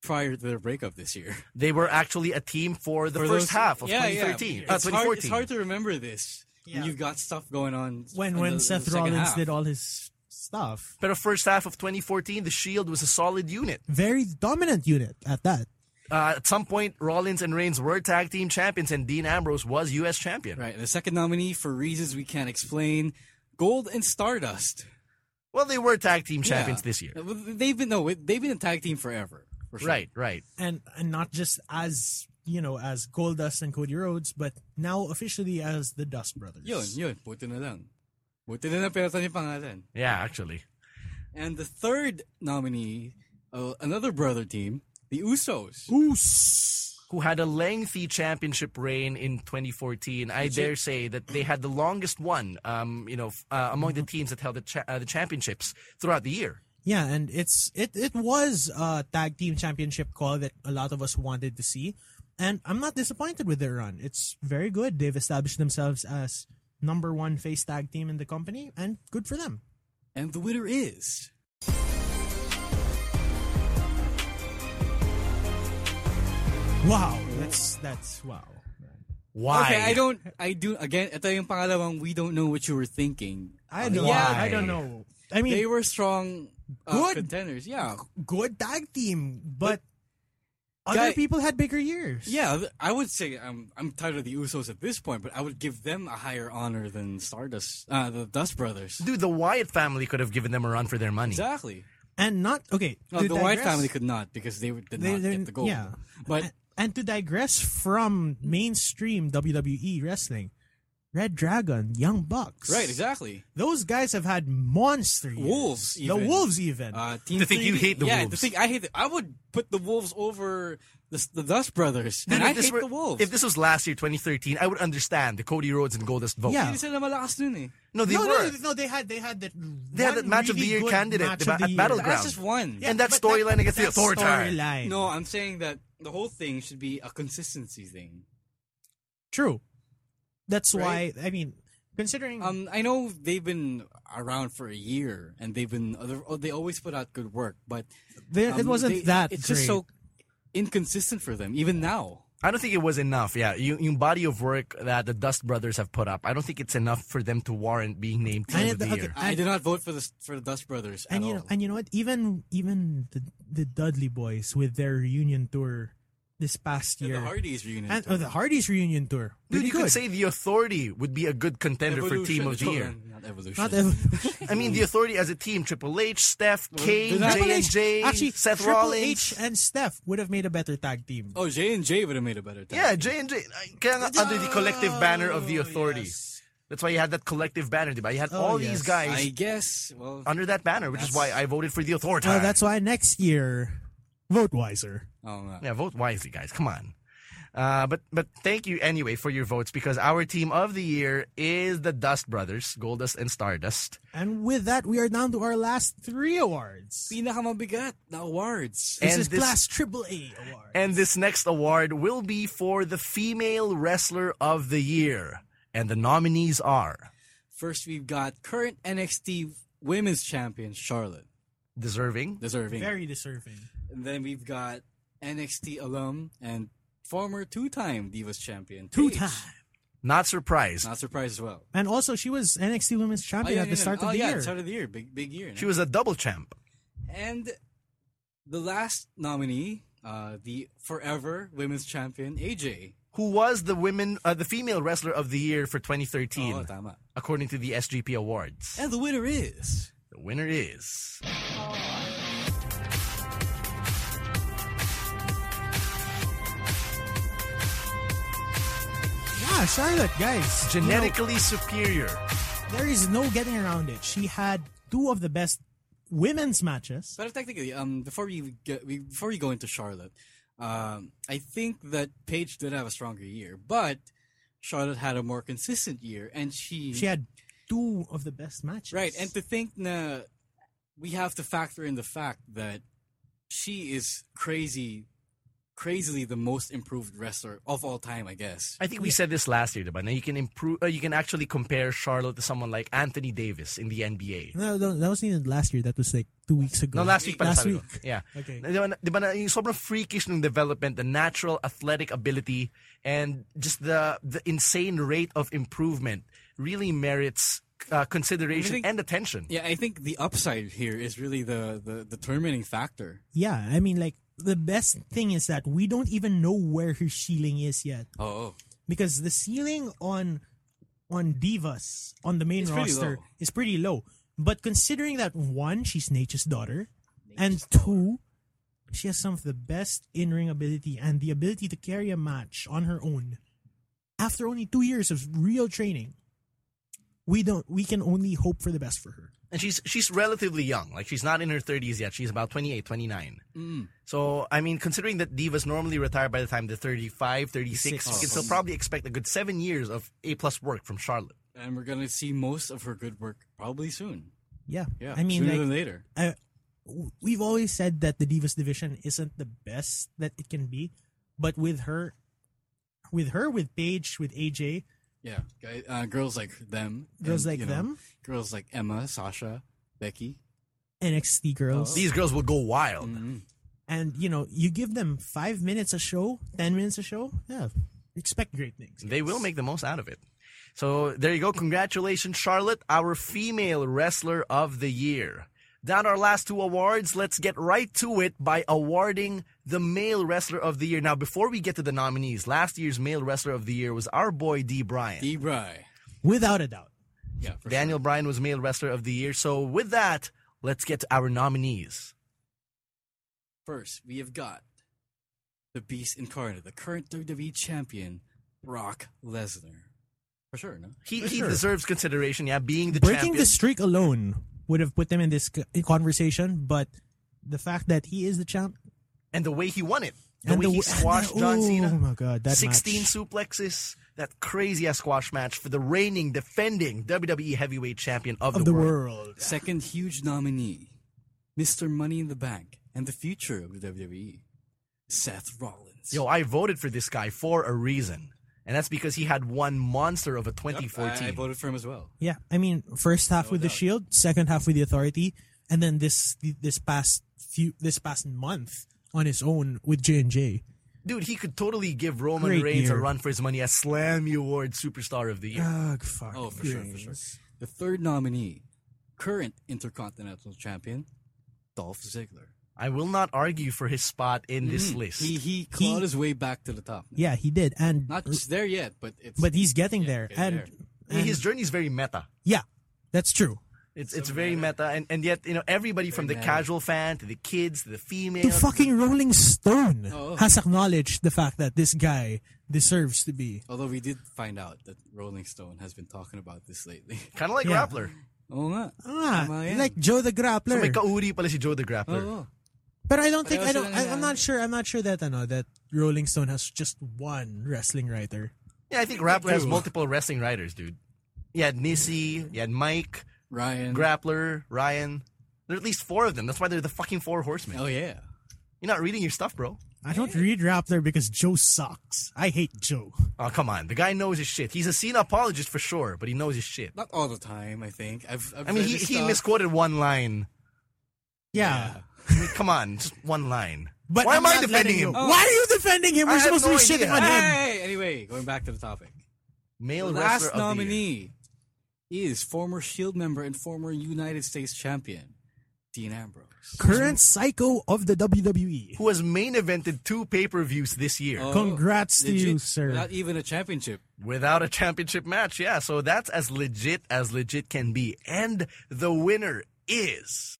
S2: prior to their breakup this year.
S1: they were actually a team for the
S2: For
S1: first
S2: those-
S1: half of
S2: yeah, yeah.
S1: 2013. Uh,
S2: It's, hard, it's
S1: 2014.
S2: hard to remember this. when
S3: Yeah.
S2: You've got stuff going on
S3: when
S2: in
S3: when
S2: the- the
S3: Seth
S2: second
S3: Rollins
S2: half.
S3: did all his stuff,
S1: But the first half of 2014, the Shield was a solid unit.
S3: very dominant unit at that.
S1: Uh, at some point, Rollins and Reigns were tag team champions, and Dean Ambrose was U.S. champion.
S2: Right. The second nominee for reasons we can't explain, Gold and Stardust.
S1: Well, they were tag team
S2: Yeah.
S1: champions this year.
S2: Well, They've been no, they've been a tag team forever. For sure.
S1: Right, right.
S3: and and not just as you know as Goldust and Cody Rhodes, but now officially as the Dust Brothers.
S2: Yun, yun. Buti na lang. Buti na lang pinatan yung pangalan.
S1: Yeah, actually.
S2: And the third nominee, uh, another brother team, the Usos.
S3: Oos.
S1: Who had a lengthy championship reign in 2014? I dare say that they had the longest one, um, you know, f- uh, among the teams that held the, cha- uh, the championships throughout the year.
S3: Yeah, and it's it it was a tag team championship call that a lot of us wanted to see, and I'm not disappointed with their run. It's very good. They've established themselves as number one face tag team in the company, and good for them.
S2: And the winner is.
S3: Wow, that's that's wow.
S1: Why?
S2: Okay, I don't. I do again. Ito yung pangalawang. We don't know what you were thinking.
S3: I don't.
S2: Why?
S3: Yeah, I don't know. I mean,
S2: They were strong uh,
S3: Good.
S2: contenders. Yeah,
S3: good tag team, but,
S2: Guy-
S3: other people had bigger years.
S2: yeah. th- I would say I'm. I'm tired of the Usos at this point, but I would give them a higher honor than Stardust, uh, the Dust Brothers.
S1: Dude, the Wyatt family could have given them a run for their money.
S2: Exactly.
S3: and not okay.
S2: No,
S3: to
S2: Oh, the White
S3: digress-
S2: family could not because they were- did
S3: They-
S2: not
S3: they-
S2: get the gold.
S3: yeah.
S2: but
S3: and, and to digress from mainstream WWE wrestling, Red Dragon, Young Bucks,
S2: right, exactly.
S3: Those guys have had monster years.
S2: Wolves even.
S3: the Wolves, even.
S2: Uh, team
S1: To think you
S2: 3D.
S1: hate the
S2: yeah, to
S1: Wolves.
S2: think I hate. The, I would put the wolves over the, S- the Dust Brothers,
S1: Dude,
S2: and
S1: if
S2: I
S1: this
S2: hate
S1: were-
S2: the wolves.
S1: If this was last year, 2013, I would understand the Cody Rhodes and Goldust vote.
S3: Yeah.
S2: Hindi sila malakas nun eh.
S1: No, they
S3: no,
S1: were.
S3: no, no, they had they had that
S1: They had that
S3: one
S1: match of the
S3: really
S1: year
S3: good
S1: candidate
S3: match
S1: deba-
S3: of the
S1: at
S3: year.
S1: Battleground.
S2: That's just one.
S1: And that
S3: But
S1: storyline against the
S3: that
S1: authority.
S3: storyline.
S2: No, I'm saying that the whole thing should be a consistency thing.
S3: true. That's
S2: Right?
S3: why I mean, considering
S2: Um, I know they've been around for a year, and they've been other- oh, they always put out good work, but
S3: there, it
S2: um,
S3: wasn't
S2: they-
S3: that.
S2: It's just
S3: great.
S2: so inconsistent for them, even now.
S1: I don't think it was enough. Yeah, you, yung body of work that the Dust Brothers have put up, I don't think it's enough for them to warrant being named
S3: I
S1: Team of
S3: had the-
S1: the
S3: okay,
S1: Year.
S2: I,
S3: And-
S2: did not vote for the for the Dust Brothers at
S3: and you know,
S2: all.
S3: and you know what? Even even the the Dudley Boys with their reunion tour this past
S2: And
S3: year,
S2: the Hardys reunion.
S3: and
S2: tour.
S3: oh, the Hardys reunion tour.
S1: Dude,
S3: Really
S1: you
S3: good.
S1: could say the Authority would be a good contender for Team of the
S2: Evolution.
S1: Year.
S2: Not evolution.
S3: [LAUGHS]
S1: [LAUGHS]
S3: not ev-
S1: I mean, the Authority as a team: Triple H, Steph, Kane,
S2: they're not-
S1: J and J,
S3: actually
S1: Seth
S3: Triple
S1: Rollins.
S3: H and Steph would have made a better tag team.
S2: [LAUGHS] oh, J and J would have made a better. tag
S1: yeah,
S2: team.
S1: J and J. Kaya nga under the collective
S2: Oh,
S1: banner of the Authority. That's why you had that collective banner, diba? You had
S3: Oh,
S1: all these
S3: yes.
S1: guys
S2: I guess. Well,
S1: under that banner, which is why I voted for the Authority.
S2: Oh,
S3: Well, that's why next year, vote wiser.
S2: I don't know.
S1: Yeah, vote wisely, guys. Come on. Uh, but but thank you anyway for your votes because our team of the year is the Dust Brothers, Goldust and Stardust.
S3: And with that, we are down to our last three awards.
S2: Pinakamabigat na awards.
S3: This
S1: And
S3: is
S1: this-
S3: Class Triple A award.
S1: And this next award will be for the Female Wrestler of the Year, and the nominees are
S2: First, we've got current NXT Women's Champion Charlotte,
S1: deserving.
S2: deserving.
S3: Very deserving.
S2: And then we've got NXT alum and former two-time Divas Champion.
S3: Two
S2: Paige.
S3: time.
S1: Not surprised.
S2: Not surprised as well.
S3: And also, she was NXT Women's Champion
S2: yeah,
S3: at the start
S2: oh,
S3: of the
S2: yeah,
S3: year.
S2: start of the year, big big year.
S1: She was a double champ.
S2: and the last nominee, uh, the forever Women's Champion AJ.
S1: Who was the women, uh, the female wrestler of the year for 2013,
S2: Oh, tama.
S1: according to the SGP Awards?
S2: And the winner is
S1: The winner is
S3: yeah, Charlotte, guys. you know,
S1: genetically superior.
S3: there is no getting around it. She had two of the best women's matches.
S2: But technically, um, before we get we, before we go into Charlotte, um, I think that Paige did have a stronger year, but Charlotte had a more consistent year, and she
S3: She had two of the best matches.
S2: right. And to think na we have to factor in the fact that she is crazy, crazily the most improved wrestler of all time, I guess.
S1: I think we said this last year, but now you can improve. Uh, you can actually compare Charlotte to someone like Anthony Davis in the NBA.
S3: no, no, that wasn't even last year. That was like two weeks ago.
S1: No, last week. pala
S3: Last
S1: sabi
S3: week.
S1: ko. Yeah.
S3: Okay.
S1: Di ba, di ba na, yung sobrang freakish ng development, the natural athletic ability, and just the the insane rate of improvement really merits uh, consideration
S2: Everything-
S1: and attention.
S2: Yeah, I think the upside here is really the the determining factor.
S3: Yeah, I mean, like the best thing is that we don't even know where her ceiling is yet
S2: Oh,
S3: because the ceiling on on divas on the main
S2: It's pretty
S3: roster
S2: low.
S3: is pretty low. But considering that one, she's Nature's daughter, and two, she has some of the best in ring ability and the ability to carry a match on her own. After only two years of real training, we don't. We can only hope for the best for her.
S1: And she's she's relatively young. Like she's not in her 30s yet. She's about 28, 29. So, I mean, considering that divas normally retire by the time they're 35, 36,
S3: Six.
S1: we can still probably expect a good 7 years of A-plus work from Charlotte.
S2: and we're gonna see most of her good work probably soon.
S3: Yeah,
S2: Yeah,
S3: I mean,
S2: sooner
S3: like,
S2: than later.
S3: I, w- we've always said that the Divas division isn't the best that it can be, but with her, with her, with Paige, with AJ,
S2: Yeah, guy- uh, girls like them,
S3: Girls
S2: and,
S3: like
S2: you know,
S3: them?
S2: girls like Emma, Sasha, Becky.
S3: NXT girls.
S1: These girls will go wild.
S3: And, you know, you give them five minutes a show, 10 minutes a show. Yeah. Expect great things.
S1: They will make the most out of it. So there you go. Congratulations, Charlotte, our female wrestler of the year. Down our last two awards, let's get right to it by awarding the male wrestler of the year. Now, before we get to the nominees, last year's male wrestler of the year was our boy D. Bryant.
S2: D. Bry.
S3: Without a doubt.
S2: Yeah. for
S1: Daniel Bryan was male wrestler of the year. So with that, let's get to our nominees.
S2: First, we have got the Beast Incarnate, the current WWE champion, Brock Lesnar. For sure, no?
S1: He, he deserves consideration. Yeah, being the
S3: Breaking
S1: champion.
S3: the streak alone would have put them in this c- conversation, but the fact that he is the champ
S1: and the way he won it, the way
S3: the
S1: he
S3: w- and the-
S1: squashed John
S3: oh
S1: Cena.
S3: my God, that
S1: sixteen
S3: match.
S1: suplexes, that crazy ass squash match for the reigning, defending WWE Heavyweight Champion of,
S3: of the, world.
S2: Second huge nominee, Mr. Money in the Bank and the future of the WWE, Seth Rollins.
S1: Yo, I voted for this guy for a reason, and that's because he had one monster of a
S2: Yep, I-
S1: 2014.
S2: I, voted for him as well.
S3: Yeah, I mean, first half with the
S2: doubt.
S3: Shield, second half with the Authority, and then this this past few this past month on his own with J and J.
S1: Dude, he could totally give Roman
S3: Great
S1: Reigns a
S3: year.
S1: run for his money as Slam Award Superstar of the Year.
S3: fuck.
S2: Oh, for sure, for sure. The third nominee, current Intercontinental Champion, Dolph Ziggler.
S1: I will not argue for his spot in this list.
S2: Mm-hmm. He he clawed his way back to the top.
S3: Yeah, he did, and
S2: Not just there yet, but it's
S3: but he's getting there,
S2: getting
S3: and,
S2: there.
S1: I mean, his journey is very meta.
S3: yeah, that's true.
S1: It's it's very meta, and, and yet you know everybody from the casual fan to the kids to the female.
S3: The fucking Rolling Stone
S2: Oh.
S3: has acknowledged the fact that this guy deserves to be.
S2: Although we did find out that Rolling Stone has been talking about this lately. [LAUGHS] Oh,
S1: Kind of like
S3: Yeah.
S1: Grappler.
S2: Oo nga.
S3: Ah,
S2: Tama yan.
S3: like Joe the
S1: So
S3: Grappler.
S1: may kauri pala si Joe the Grappler.
S2: Oo.
S3: But I don't think
S2: Pareho
S3: I don't.
S2: sila
S3: I, I'm
S2: na-
S3: not sure. I'm not sure that ano, that Rolling Stone has just one wrestling writer.
S1: Yeah, I think Grappler has multiple wrestling writers, dude. You had Nissy, you had Mike,
S2: Ryan.
S1: Grappler, Ryan. There are at least four of them. That's why they're the fucking four horsemen.
S2: oh yeah.
S1: You're not reading your stuff, bro.
S3: I don't read Rappler because Joe sucks. I hate Joe.
S1: Oh, come on. The guy knows his shit. He's a Cena apologist for sure, but he knows his shit.
S2: Not all the time, I think. I've, I've
S1: I mean,
S2: read
S1: he,
S2: his
S1: he
S2: stuff.
S1: misquoted one line.
S3: Yeah.
S1: I mean, come on, just one line.
S3: But
S1: why am
S3: I'm
S1: I
S3: not
S1: defending
S3: letting
S1: him?
S3: go. Why are you defending him?
S1: I
S3: We're
S1: have
S3: supposed to
S1: no
S3: be shitting
S1: idea.
S3: on him.
S2: Hey, anyway, going back to the topic.
S1: Male
S2: The
S1: wrestler
S2: last
S1: of the year.
S2: nominee is former Shield member and former United States champion, Dean Ambrose.
S3: Current psycho of the E. WWE.
S1: who has main evented two pay per views this year
S2: Oh,
S3: Congrats to you,
S2: legit,
S3: sir.
S2: Without even a championship.
S1: without a championship match. Yeah, so that's as legit as legit can be. And the winner is.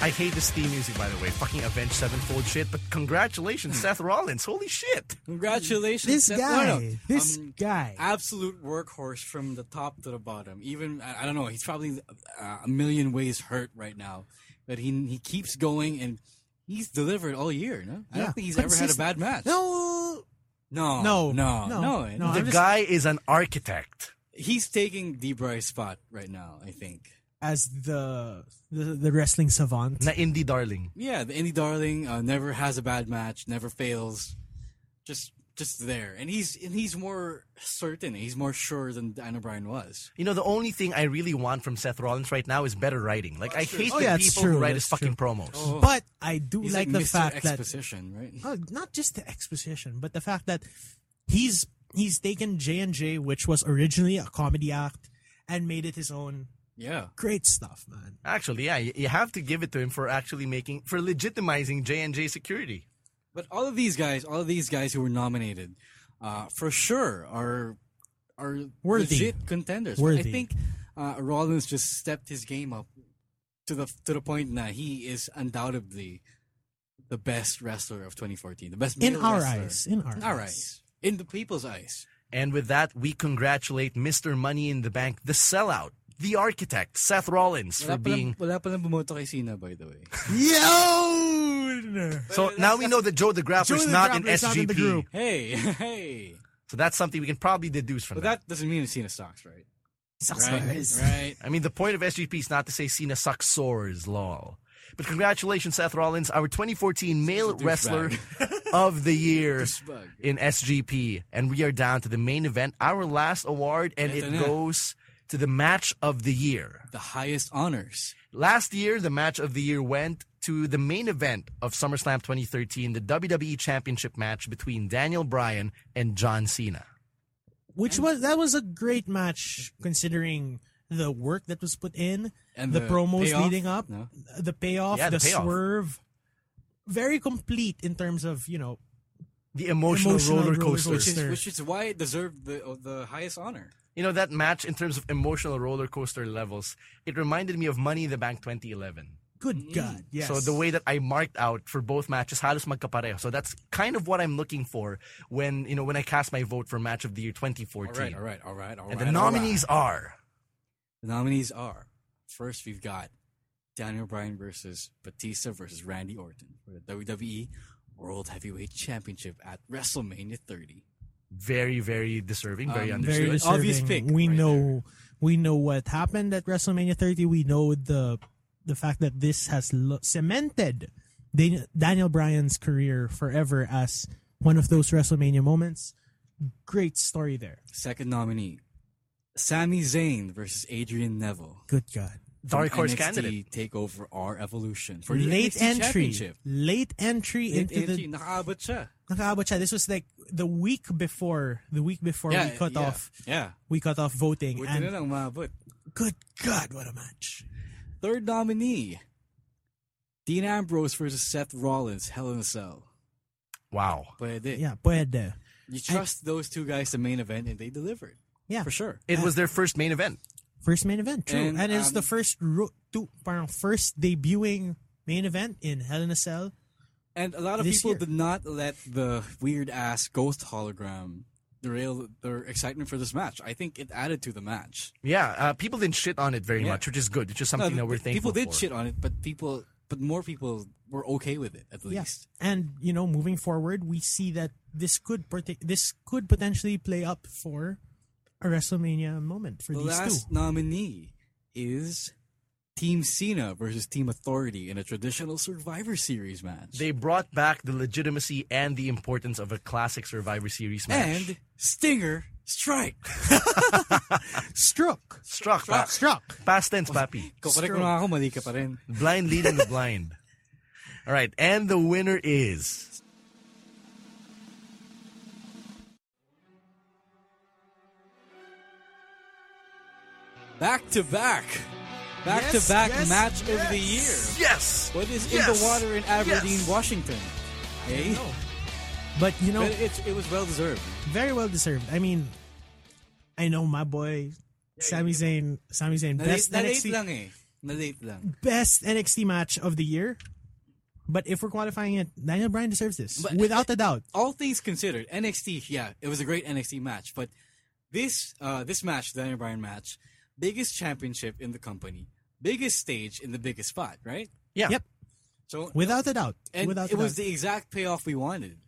S1: I hate this theme music, by the way. Fucking Avenged Sevenfold shit. But [LAUGHS] congratulations, Seth Rollins. Holy shit.
S2: Congratulations,
S3: This
S2: Seth-
S3: guy,
S2: no, no.
S3: this guy.
S2: absolute workhorse from the top to the bottom. Even I, I don't know, he's probably uh, a million ways hurt right now, but he he keeps going and he's delivered all year. No, I
S3: Yeah.
S2: don't think he's ever had a
S3: Consist-
S2: bad match.
S3: No.
S2: no,
S3: No.
S2: no,
S3: No.
S2: no.
S3: No,
S2: no.
S3: I'm
S1: The
S3: just-
S1: guy is an architect.
S2: He's taking Debry's spot right now. I think.
S3: As the the, the wrestling savant.
S1: Na indie darling.
S2: Yeah, the indie darling uh, never has a bad match, never fails, just just there, and he's and he's more certain, he's more sure than Daniel Bryan was.
S1: You know, the only thing I really want from Seth Rollins right now is better writing. Like, I hate
S3: Oh,
S1: the
S3: yeah, it's
S1: people who
S3: true,
S1: write his
S3: that's
S1: fucking
S3: true. Oh.
S1: promos.
S3: But I do
S2: He's
S3: like, the
S2: Mr.
S3: fact that
S2: exposition, right?
S3: Oh, not just the exposition, but the fact that he's he's taken J and J, which was originally a comedy act, and made it his own.
S2: Yeah.
S3: Great stuff, man.
S1: Actually, yeah, you you have to give it to him for actually making for legitimizing J and J security.
S2: But all of these guys, all of these guys who were nominated, uh, for sure are are
S3: Worthy.
S2: legit contenders.
S3: Worthy.
S2: I think uh, Rollins just stepped his game up to the to the point that he is undoubtedly the best wrestler of 2014, the best
S3: In
S2: male
S3: our
S2: wrestler.
S3: eyes, in our eyes.
S2: eyes, in the people's eyes.
S1: And with that, we congratulate Mr. Money in the Bank, the sellout, the architect, Seth Rollins for
S2: Wala palang-
S3: [LAUGHS]
S1: being.
S2: wala palang bumoto kay Cena, by the way. [LAUGHS]
S3: Yo!
S1: So now we know that Joe the Grappler
S3: Joe
S1: is
S3: the
S1: not in SGP.
S3: Grappler's not in the group.
S2: hey, [LAUGHS] hey.
S1: So that's something we can probably deduce from
S2: But that doesn't mean Cena sucks, right?
S3: Sucks
S2: Right,
S3: guys.
S2: right.
S1: I mean, the point of SGP is not to say Cena sucks sores, lol. But congratulations, Seth Rollins, our 2014 Male
S2: douchebag.
S3: [LAUGHS]
S1: Wrestler of the Year
S2: Douchebag.
S1: in SGP. And we are down to the main event, our last award, and
S2: Ito
S1: it
S2: na.
S1: goes to the match of the year.
S2: The highest honors.
S1: Last year, the match of the year went to the main event of SummerSlam 2013, the WWE Championship match between Daniel Bryan and John Cena.
S3: Which was that was a great match considering the work that was put in
S2: And
S3: the,
S2: the
S3: promos
S2: payoff?
S3: leading up,
S2: No.
S3: the payoff,
S1: Yeah, the
S3: the,
S1: payoff.
S3: swerve. Very complete in terms of, you know,
S1: The emotional,
S3: Emotional
S1: roller
S3: roller
S1: coaster.
S3: coaster.
S2: Which is,
S3: Sure.
S2: which is why it deserved the uh, the highest honor.
S1: You know, that match in terms of emotional roller coaster levels, it reminded me of Money in the Bank 2011.
S3: good God. Yes.
S1: So the way that I marked out for both matches, halos magkapareho. So that's kind of what I'm looking for when, you know, when I cast my vote for match of the year 2014.
S2: All right, all right, all right, all right.
S1: and the
S2: all
S1: nominees
S2: right.
S1: are
S2: The nominees are first we've got Daniel Bryan versus Batista versus Randy Orton for the WWE World Heavyweight Championship at WrestleMania 30.
S1: very, very deserving, very
S2: Um,
S1: understood.
S3: very
S2: An obvious
S3: obvious pick.
S2: pick
S3: We
S2: right
S3: know we know what happened at WrestleMania 30. We know the the fact that this has lo- cemented Dan- Daniel Bryan's career forever as one of those WrestleMania moments. Great story there.
S2: Second nominee, Sami Zayn versus Adrian Neville.
S3: Good God.
S1: Dark Horse
S2: NXT
S1: candidate.
S2: Takeover our evolution for the
S3: Late
S2: NXT
S3: entry,
S2: championship.
S3: late entry
S2: Late
S3: into
S2: entry,
S3: the.
S2: nakaabot siya.
S3: Nakaabot siya. This was like the week before the week before we cut
S2: yeah,
S3: off
S2: Yeah.
S3: we cut off voting.
S2: Buti na
S3: And
S2: lang maabot.
S3: good God, what a match!
S2: Third nominee, Dean Ambrose versus Seth Rollins, Hell in a Cell.
S1: Wow.
S2: Pwede.
S3: Yeah, pwede.
S2: You trust those two guys to main event, and they delivered.
S3: Yeah,
S2: For sure.
S1: It was their first main event.
S3: First main event, true.
S2: And,
S3: And, it's
S2: um,
S3: the first ro- two, parang first debuting main event in Hell in a Cell.
S2: And a lot of
S3: This
S2: people
S3: year.
S2: did not let the weird ass ghost hologram derail their excitement for this match. I think it added to the match.
S1: Yeah, uh, people didn't shit on it very
S2: Yeah.
S1: much, which is good. It's just something
S2: No,
S1: that we're thankful
S2: people did
S1: for.
S2: shit on it, but people, but more people were okay with it at least.
S3: And you know, moving forward, we see that this could parti- this could potentially play up for a WrestleMania moment for
S2: The
S3: these
S2: last
S3: two.
S2: nominee is Team Cena versus Team Authority in a traditional Survivor Series match.
S1: They brought back the legitimacy and the importance of a classic Survivor Series match.
S2: and Stinger Strike. [LAUGHS]
S3: Struck,
S1: struck, pa-
S3: struck.
S1: past tense, papi.
S2: Kukorek mo nga ako, mali ka pa rin.
S1: blind leading the blind. All right, and the winner is
S2: Back to back. Back to back match of the year.
S1: yes.
S2: What is in
S1: Yes!
S2: the water in Aberdeen,
S1: Yes!
S2: Washington? Hey?
S3: But you know,
S2: But it's, it was well deserved.
S3: very well deserved. I mean, I know my boy, Sami Zayn. Sami Zayn,
S2: Nalate,
S3: best
S2: nalate
S3: NXT.
S2: lang eh. Nalate lang.
S3: best NXT match of the year. But if we're qualifying it, Daniel Bryan deserves this
S2: But-
S3: without a doubt.
S2: All things considered, NXT, yeah, it was a great NXT match. But this uh, this match, the Daniel Bryan match, biggest championship in the company, biggest stage in the biggest spot, right?
S1: Yeah.
S3: Yep,
S2: So
S3: without a doubt.
S2: and
S3: without
S2: it
S3: a
S2: was
S3: doubt.
S2: the exact payoff we wanted.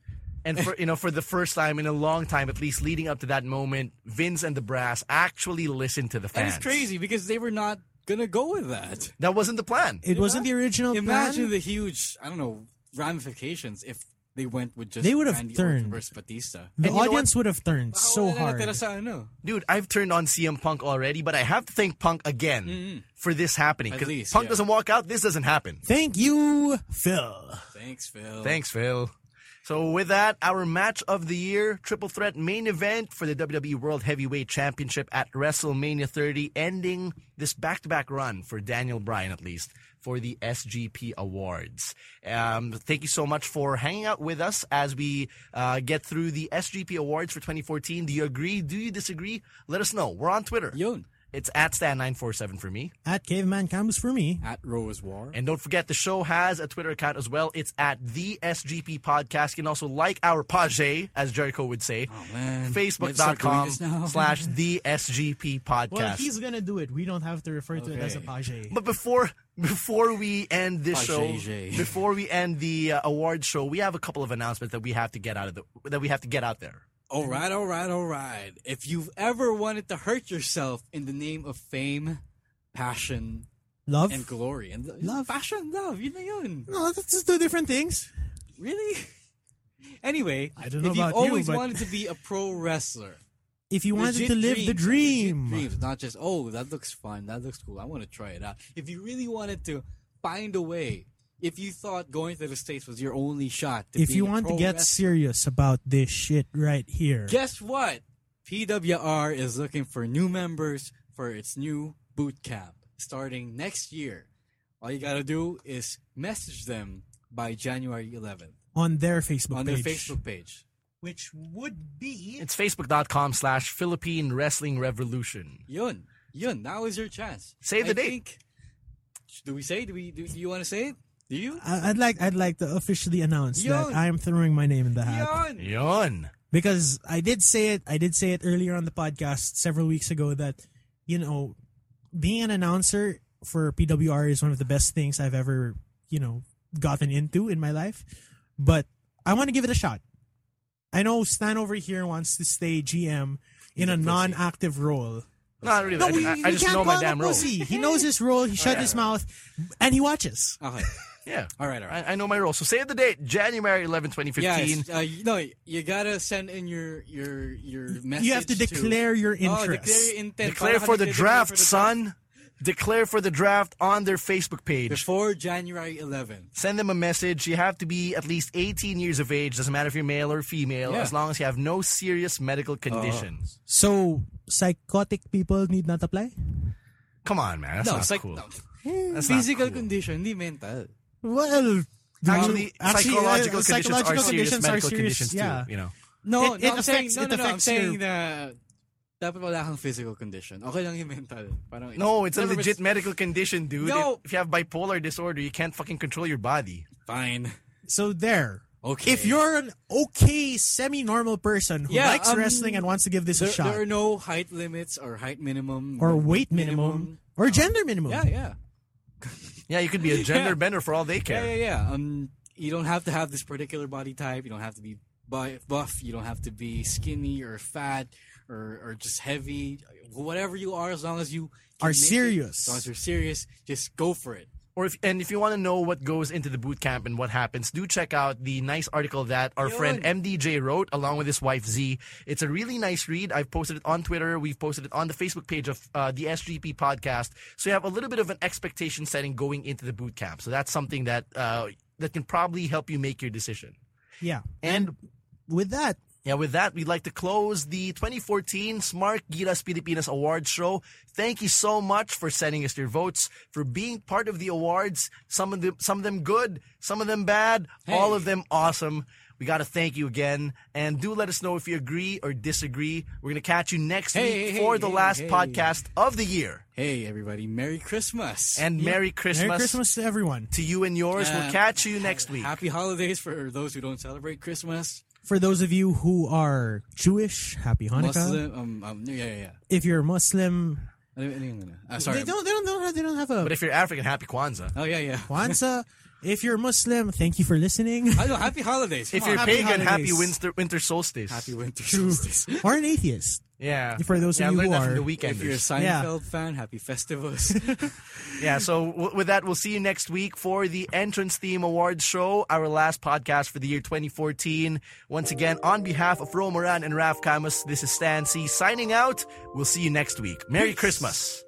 S1: And for you know, for the first time in a long time, at least leading up to that moment, Vince and the brass actually listened to the
S2: And
S1: fans.
S2: it's crazy because they were not gonna go with that.
S1: That wasn't the plan.
S3: it wasn't the original
S2: Imagine
S3: plan.
S2: the huge, I don't know, ramifications if they went with just
S3: They would have
S2: Randy
S3: turned.
S2: Orton versus Batista. Oh,
S3: the
S1: And you know
S3: audience would have turned so
S2: Wala na
S3: hard.
S2: natira sa ano.
S1: Dude, I've turned on CM Punk already, but I have to thank Punk again for this happening.
S2: Mm-hmm. At
S1: Because
S2: least,
S1: Punk
S2: yeah.
S1: doesn't walk out, this doesn't happen.
S3: Thank you, Phil.
S2: Thanks, Phil.
S1: Thanks, Phil. So with that, our match of the year, triple threat main event for the WWE World Heavyweight Championship at WrestleMania 30, ending this back-to-back run for Daniel Bryan at least for the SGP Awards. Um, thank you so much for hanging out with us as we uh, get through the SGP Awards for 2014. Do you agree? Do you disagree? Let us know. We're on Twitter.
S2: Yun.
S1: It's at Stan947 for me.
S3: At Caveman Camus for me.
S2: At Rose War.
S1: And don't forget, the show has a Twitter account as well. It's at the SGP Podcast. You can also like our page, as Jericho would say.
S3: Oh,
S2: man. Let's start doing
S1: Facebook.com
S2: this
S3: [LAUGHS]
S2: now.
S1: slash the SGP Podcast.
S3: Well, he's gonna do it. We don't have to refer to it as a
S2: Okay.
S3: page.
S1: But before before we end this show,
S2: Pajay.
S1: before we end the uh, award show, we have a couple of announcements that we have to get out of the that we have to get out there.
S2: All right, all right, all right. If you've ever wanted to hurt yourself in the name of fame, passion,
S3: Love?
S2: and glory and
S3: Love.
S2: passion, love. Yun na yun.
S3: No, that's just two different things.
S2: Really?
S3: [LAUGHS]
S2: Anyway,
S3: I don't know
S2: if
S3: about
S2: you've
S3: you,
S2: always
S3: but-
S2: wanted to be a pro wrestler,
S3: If you wanted
S2: legit
S3: to live the
S2: dreams,
S3: dream.
S2: legit dreams, not just oh that looks fun, that looks cool, I want to try it out. If you really wanted to find a way, if you thought going to the states was your only shot, to
S3: if
S2: being
S3: you
S2: a
S3: want to
S2: pro
S3: get
S2: wrestler,
S3: serious about this shit right here,
S2: guess what? PWR is looking for new members for its new boot camp starting next year. All you gotta do is message them by January 11th
S3: on their Facebook
S2: on their
S3: page,
S2: Facebook page.
S3: which would be
S1: It's facebook.com slash Philippine Wrestling Revolution.
S2: Yun, yun. Now is your chance.
S1: Say the
S2: I
S1: date.
S2: think- do we say? Do we? Do, do you want to say it? Do you?
S3: I- I'd like I'd like to officially announce
S2: Yun.
S3: that I am throwing my name in the hat
S2: Yun.
S1: Yon.
S3: because I did say it I did say it earlier on the podcast several weeks ago that you know being an announcer for PWR is one of the best things I've ever you know gotten into in my life but I want to give it a shot I know Stan over here wants to stay GM in a non-active role
S1: Not really.
S3: No,
S1: I,
S3: we,
S1: I- I
S3: we
S1: just
S3: can't
S1: know
S3: call
S1: my
S3: him
S1: damn Oh,
S3: a
S1: role.
S3: pussy. He knows his role. He shut his mouth, and he watches.
S1: [LAUGHS]
S2: Okay.
S1: Yeah.
S2: All right. All right.
S1: I, I know my role. So save the date, January 11, 2015.
S2: Yeah, it's, uh, you- no, you gotta send in your your your message.
S3: you have to declare your
S2: Oh,
S3: interest.
S2: declare your intent.
S1: Declare
S2: Paano ka
S1: for the
S2: declare
S1: draft,
S2: for the
S1: son. Declare for the draft on their Facebook page.
S2: Before January 11th.
S1: Send them a message. You have to be at least 18 years of age. Doesn't matter if you're male or female,
S2: Yeah.
S1: as long as you have no serious medical conditions.
S3: so psychotic people need not apply.
S1: Come on, man. That's
S2: no,
S1: not
S2: it's like
S1: cool.
S2: no.
S1: That's not
S2: physical
S1: cool.
S2: condition, hindi mental.
S3: Well,
S1: Actually, psychological conditions are
S3: uh, psychological
S1: serious
S3: conditions are
S1: medical
S3: serious,
S1: conditions
S3: yeah.
S1: too. You know.
S2: No,
S3: It-
S2: no,
S3: it
S2: I'm saying,
S3: affects- it
S2: no, no, no, I'm
S3: affects
S2: saying
S3: your-
S2: na dapat wala kang physical condition. Okay lang yung mental. Parang
S1: No, it's a
S2: never
S1: legit
S2: been-
S1: medical condition, dude.
S2: No.
S1: If, if you have bipolar disorder, you can't fucking control your body.
S2: Fine.
S3: So there.
S2: Okay.
S3: If you're an okay, semi-normal person who
S2: Yeah,
S3: likes
S2: um,
S3: wrestling and wants to give this
S2: There,
S3: a shot,
S2: there are no height limits or height minimum
S3: or weight minimum, or gender minimum,
S2: Yeah, yeah.
S1: Yeah, you could be a gender bender for all they care.
S2: Yeah, yeah, yeah. Um, you don't have to have this particular body type. You don't have to be bu- buff. You don't have to be skinny or fat or, or just heavy. Whatever you are, as long as you can
S3: Are
S2: make it,
S3: serious.
S2: as long as you're serious, just go for it.
S1: Or if and if you want to know what goes into the boot camp and what happens, do check out the nice article that our friend MDJ wrote along with his wife Z. It's a really nice read. I've posted it on Twitter. We've posted it on the Facebook page of uh, the SGP podcast. So you have a little bit of an expectation setting going into the boot camp. So that's something that uh, that can probably help you make your decision.
S3: yeah.
S1: And
S3: With that,
S1: yeah, with that, we'd like to close the 2014 Smart Giras Pilipinas Awards Show. Thank you so much for sending us your votes, for being part of the awards. Some of them, some of them good, some of them bad, all of them awesome. We got to thank you again, and do let us know if you agree or disagree. We're gonna catch you next
S2: Hey,
S1: week
S2: hey,
S1: for
S2: hey,
S1: the
S2: hey,
S1: last
S2: hey.
S1: podcast of the year.
S2: Hey, everybody, Merry Christmas.
S1: And Merry Christmas,
S3: Merry Christmas to everyone.
S1: to you and yours. we'll
S2: Uh,
S1: catch you next week.
S2: happy holidays for those who don't celebrate Christmas.
S3: For those of you who are Jewish, Happy Hanukkah.
S2: Muslim. Um, um, yeah, yeah, yeah.
S3: If you're Muslim,
S2: Ano- ano yun, ano? Ah, sorry.
S3: They don't. They don't. They don't have, they don't have a
S1: but if you're African, happy Kwanzaa.
S2: Oh, yeah, yeah.
S3: Kwanzaa. if you're Muslim, thank you for listening. [LAUGHS]
S2: I know, happy holidays.
S1: If
S2: Come
S1: you're
S2: on.
S1: pagan, happy
S3: holidays.
S1: winter, winter solstice.
S2: happy winter
S3: True.
S2: solstice.
S3: or an atheist.
S1: Yeah.
S3: For those of
S1: yeah,
S3: you
S1: learn
S3: who
S1: that from
S3: are-
S1: the weekenders.
S2: If you're a
S3: Yeah.
S2: Seinfeld fan, happy
S3: [LAUGHS]
S2: Festivus.
S1: Yeah, so w- with that, we'll see you next week for the Entrance Theme Awards Show, our last podcast for the year 2014. Once again, on behalf of Ro Moran and Raf Camus, this is Stan C signing out. We'll see you next week. Merry Christmas.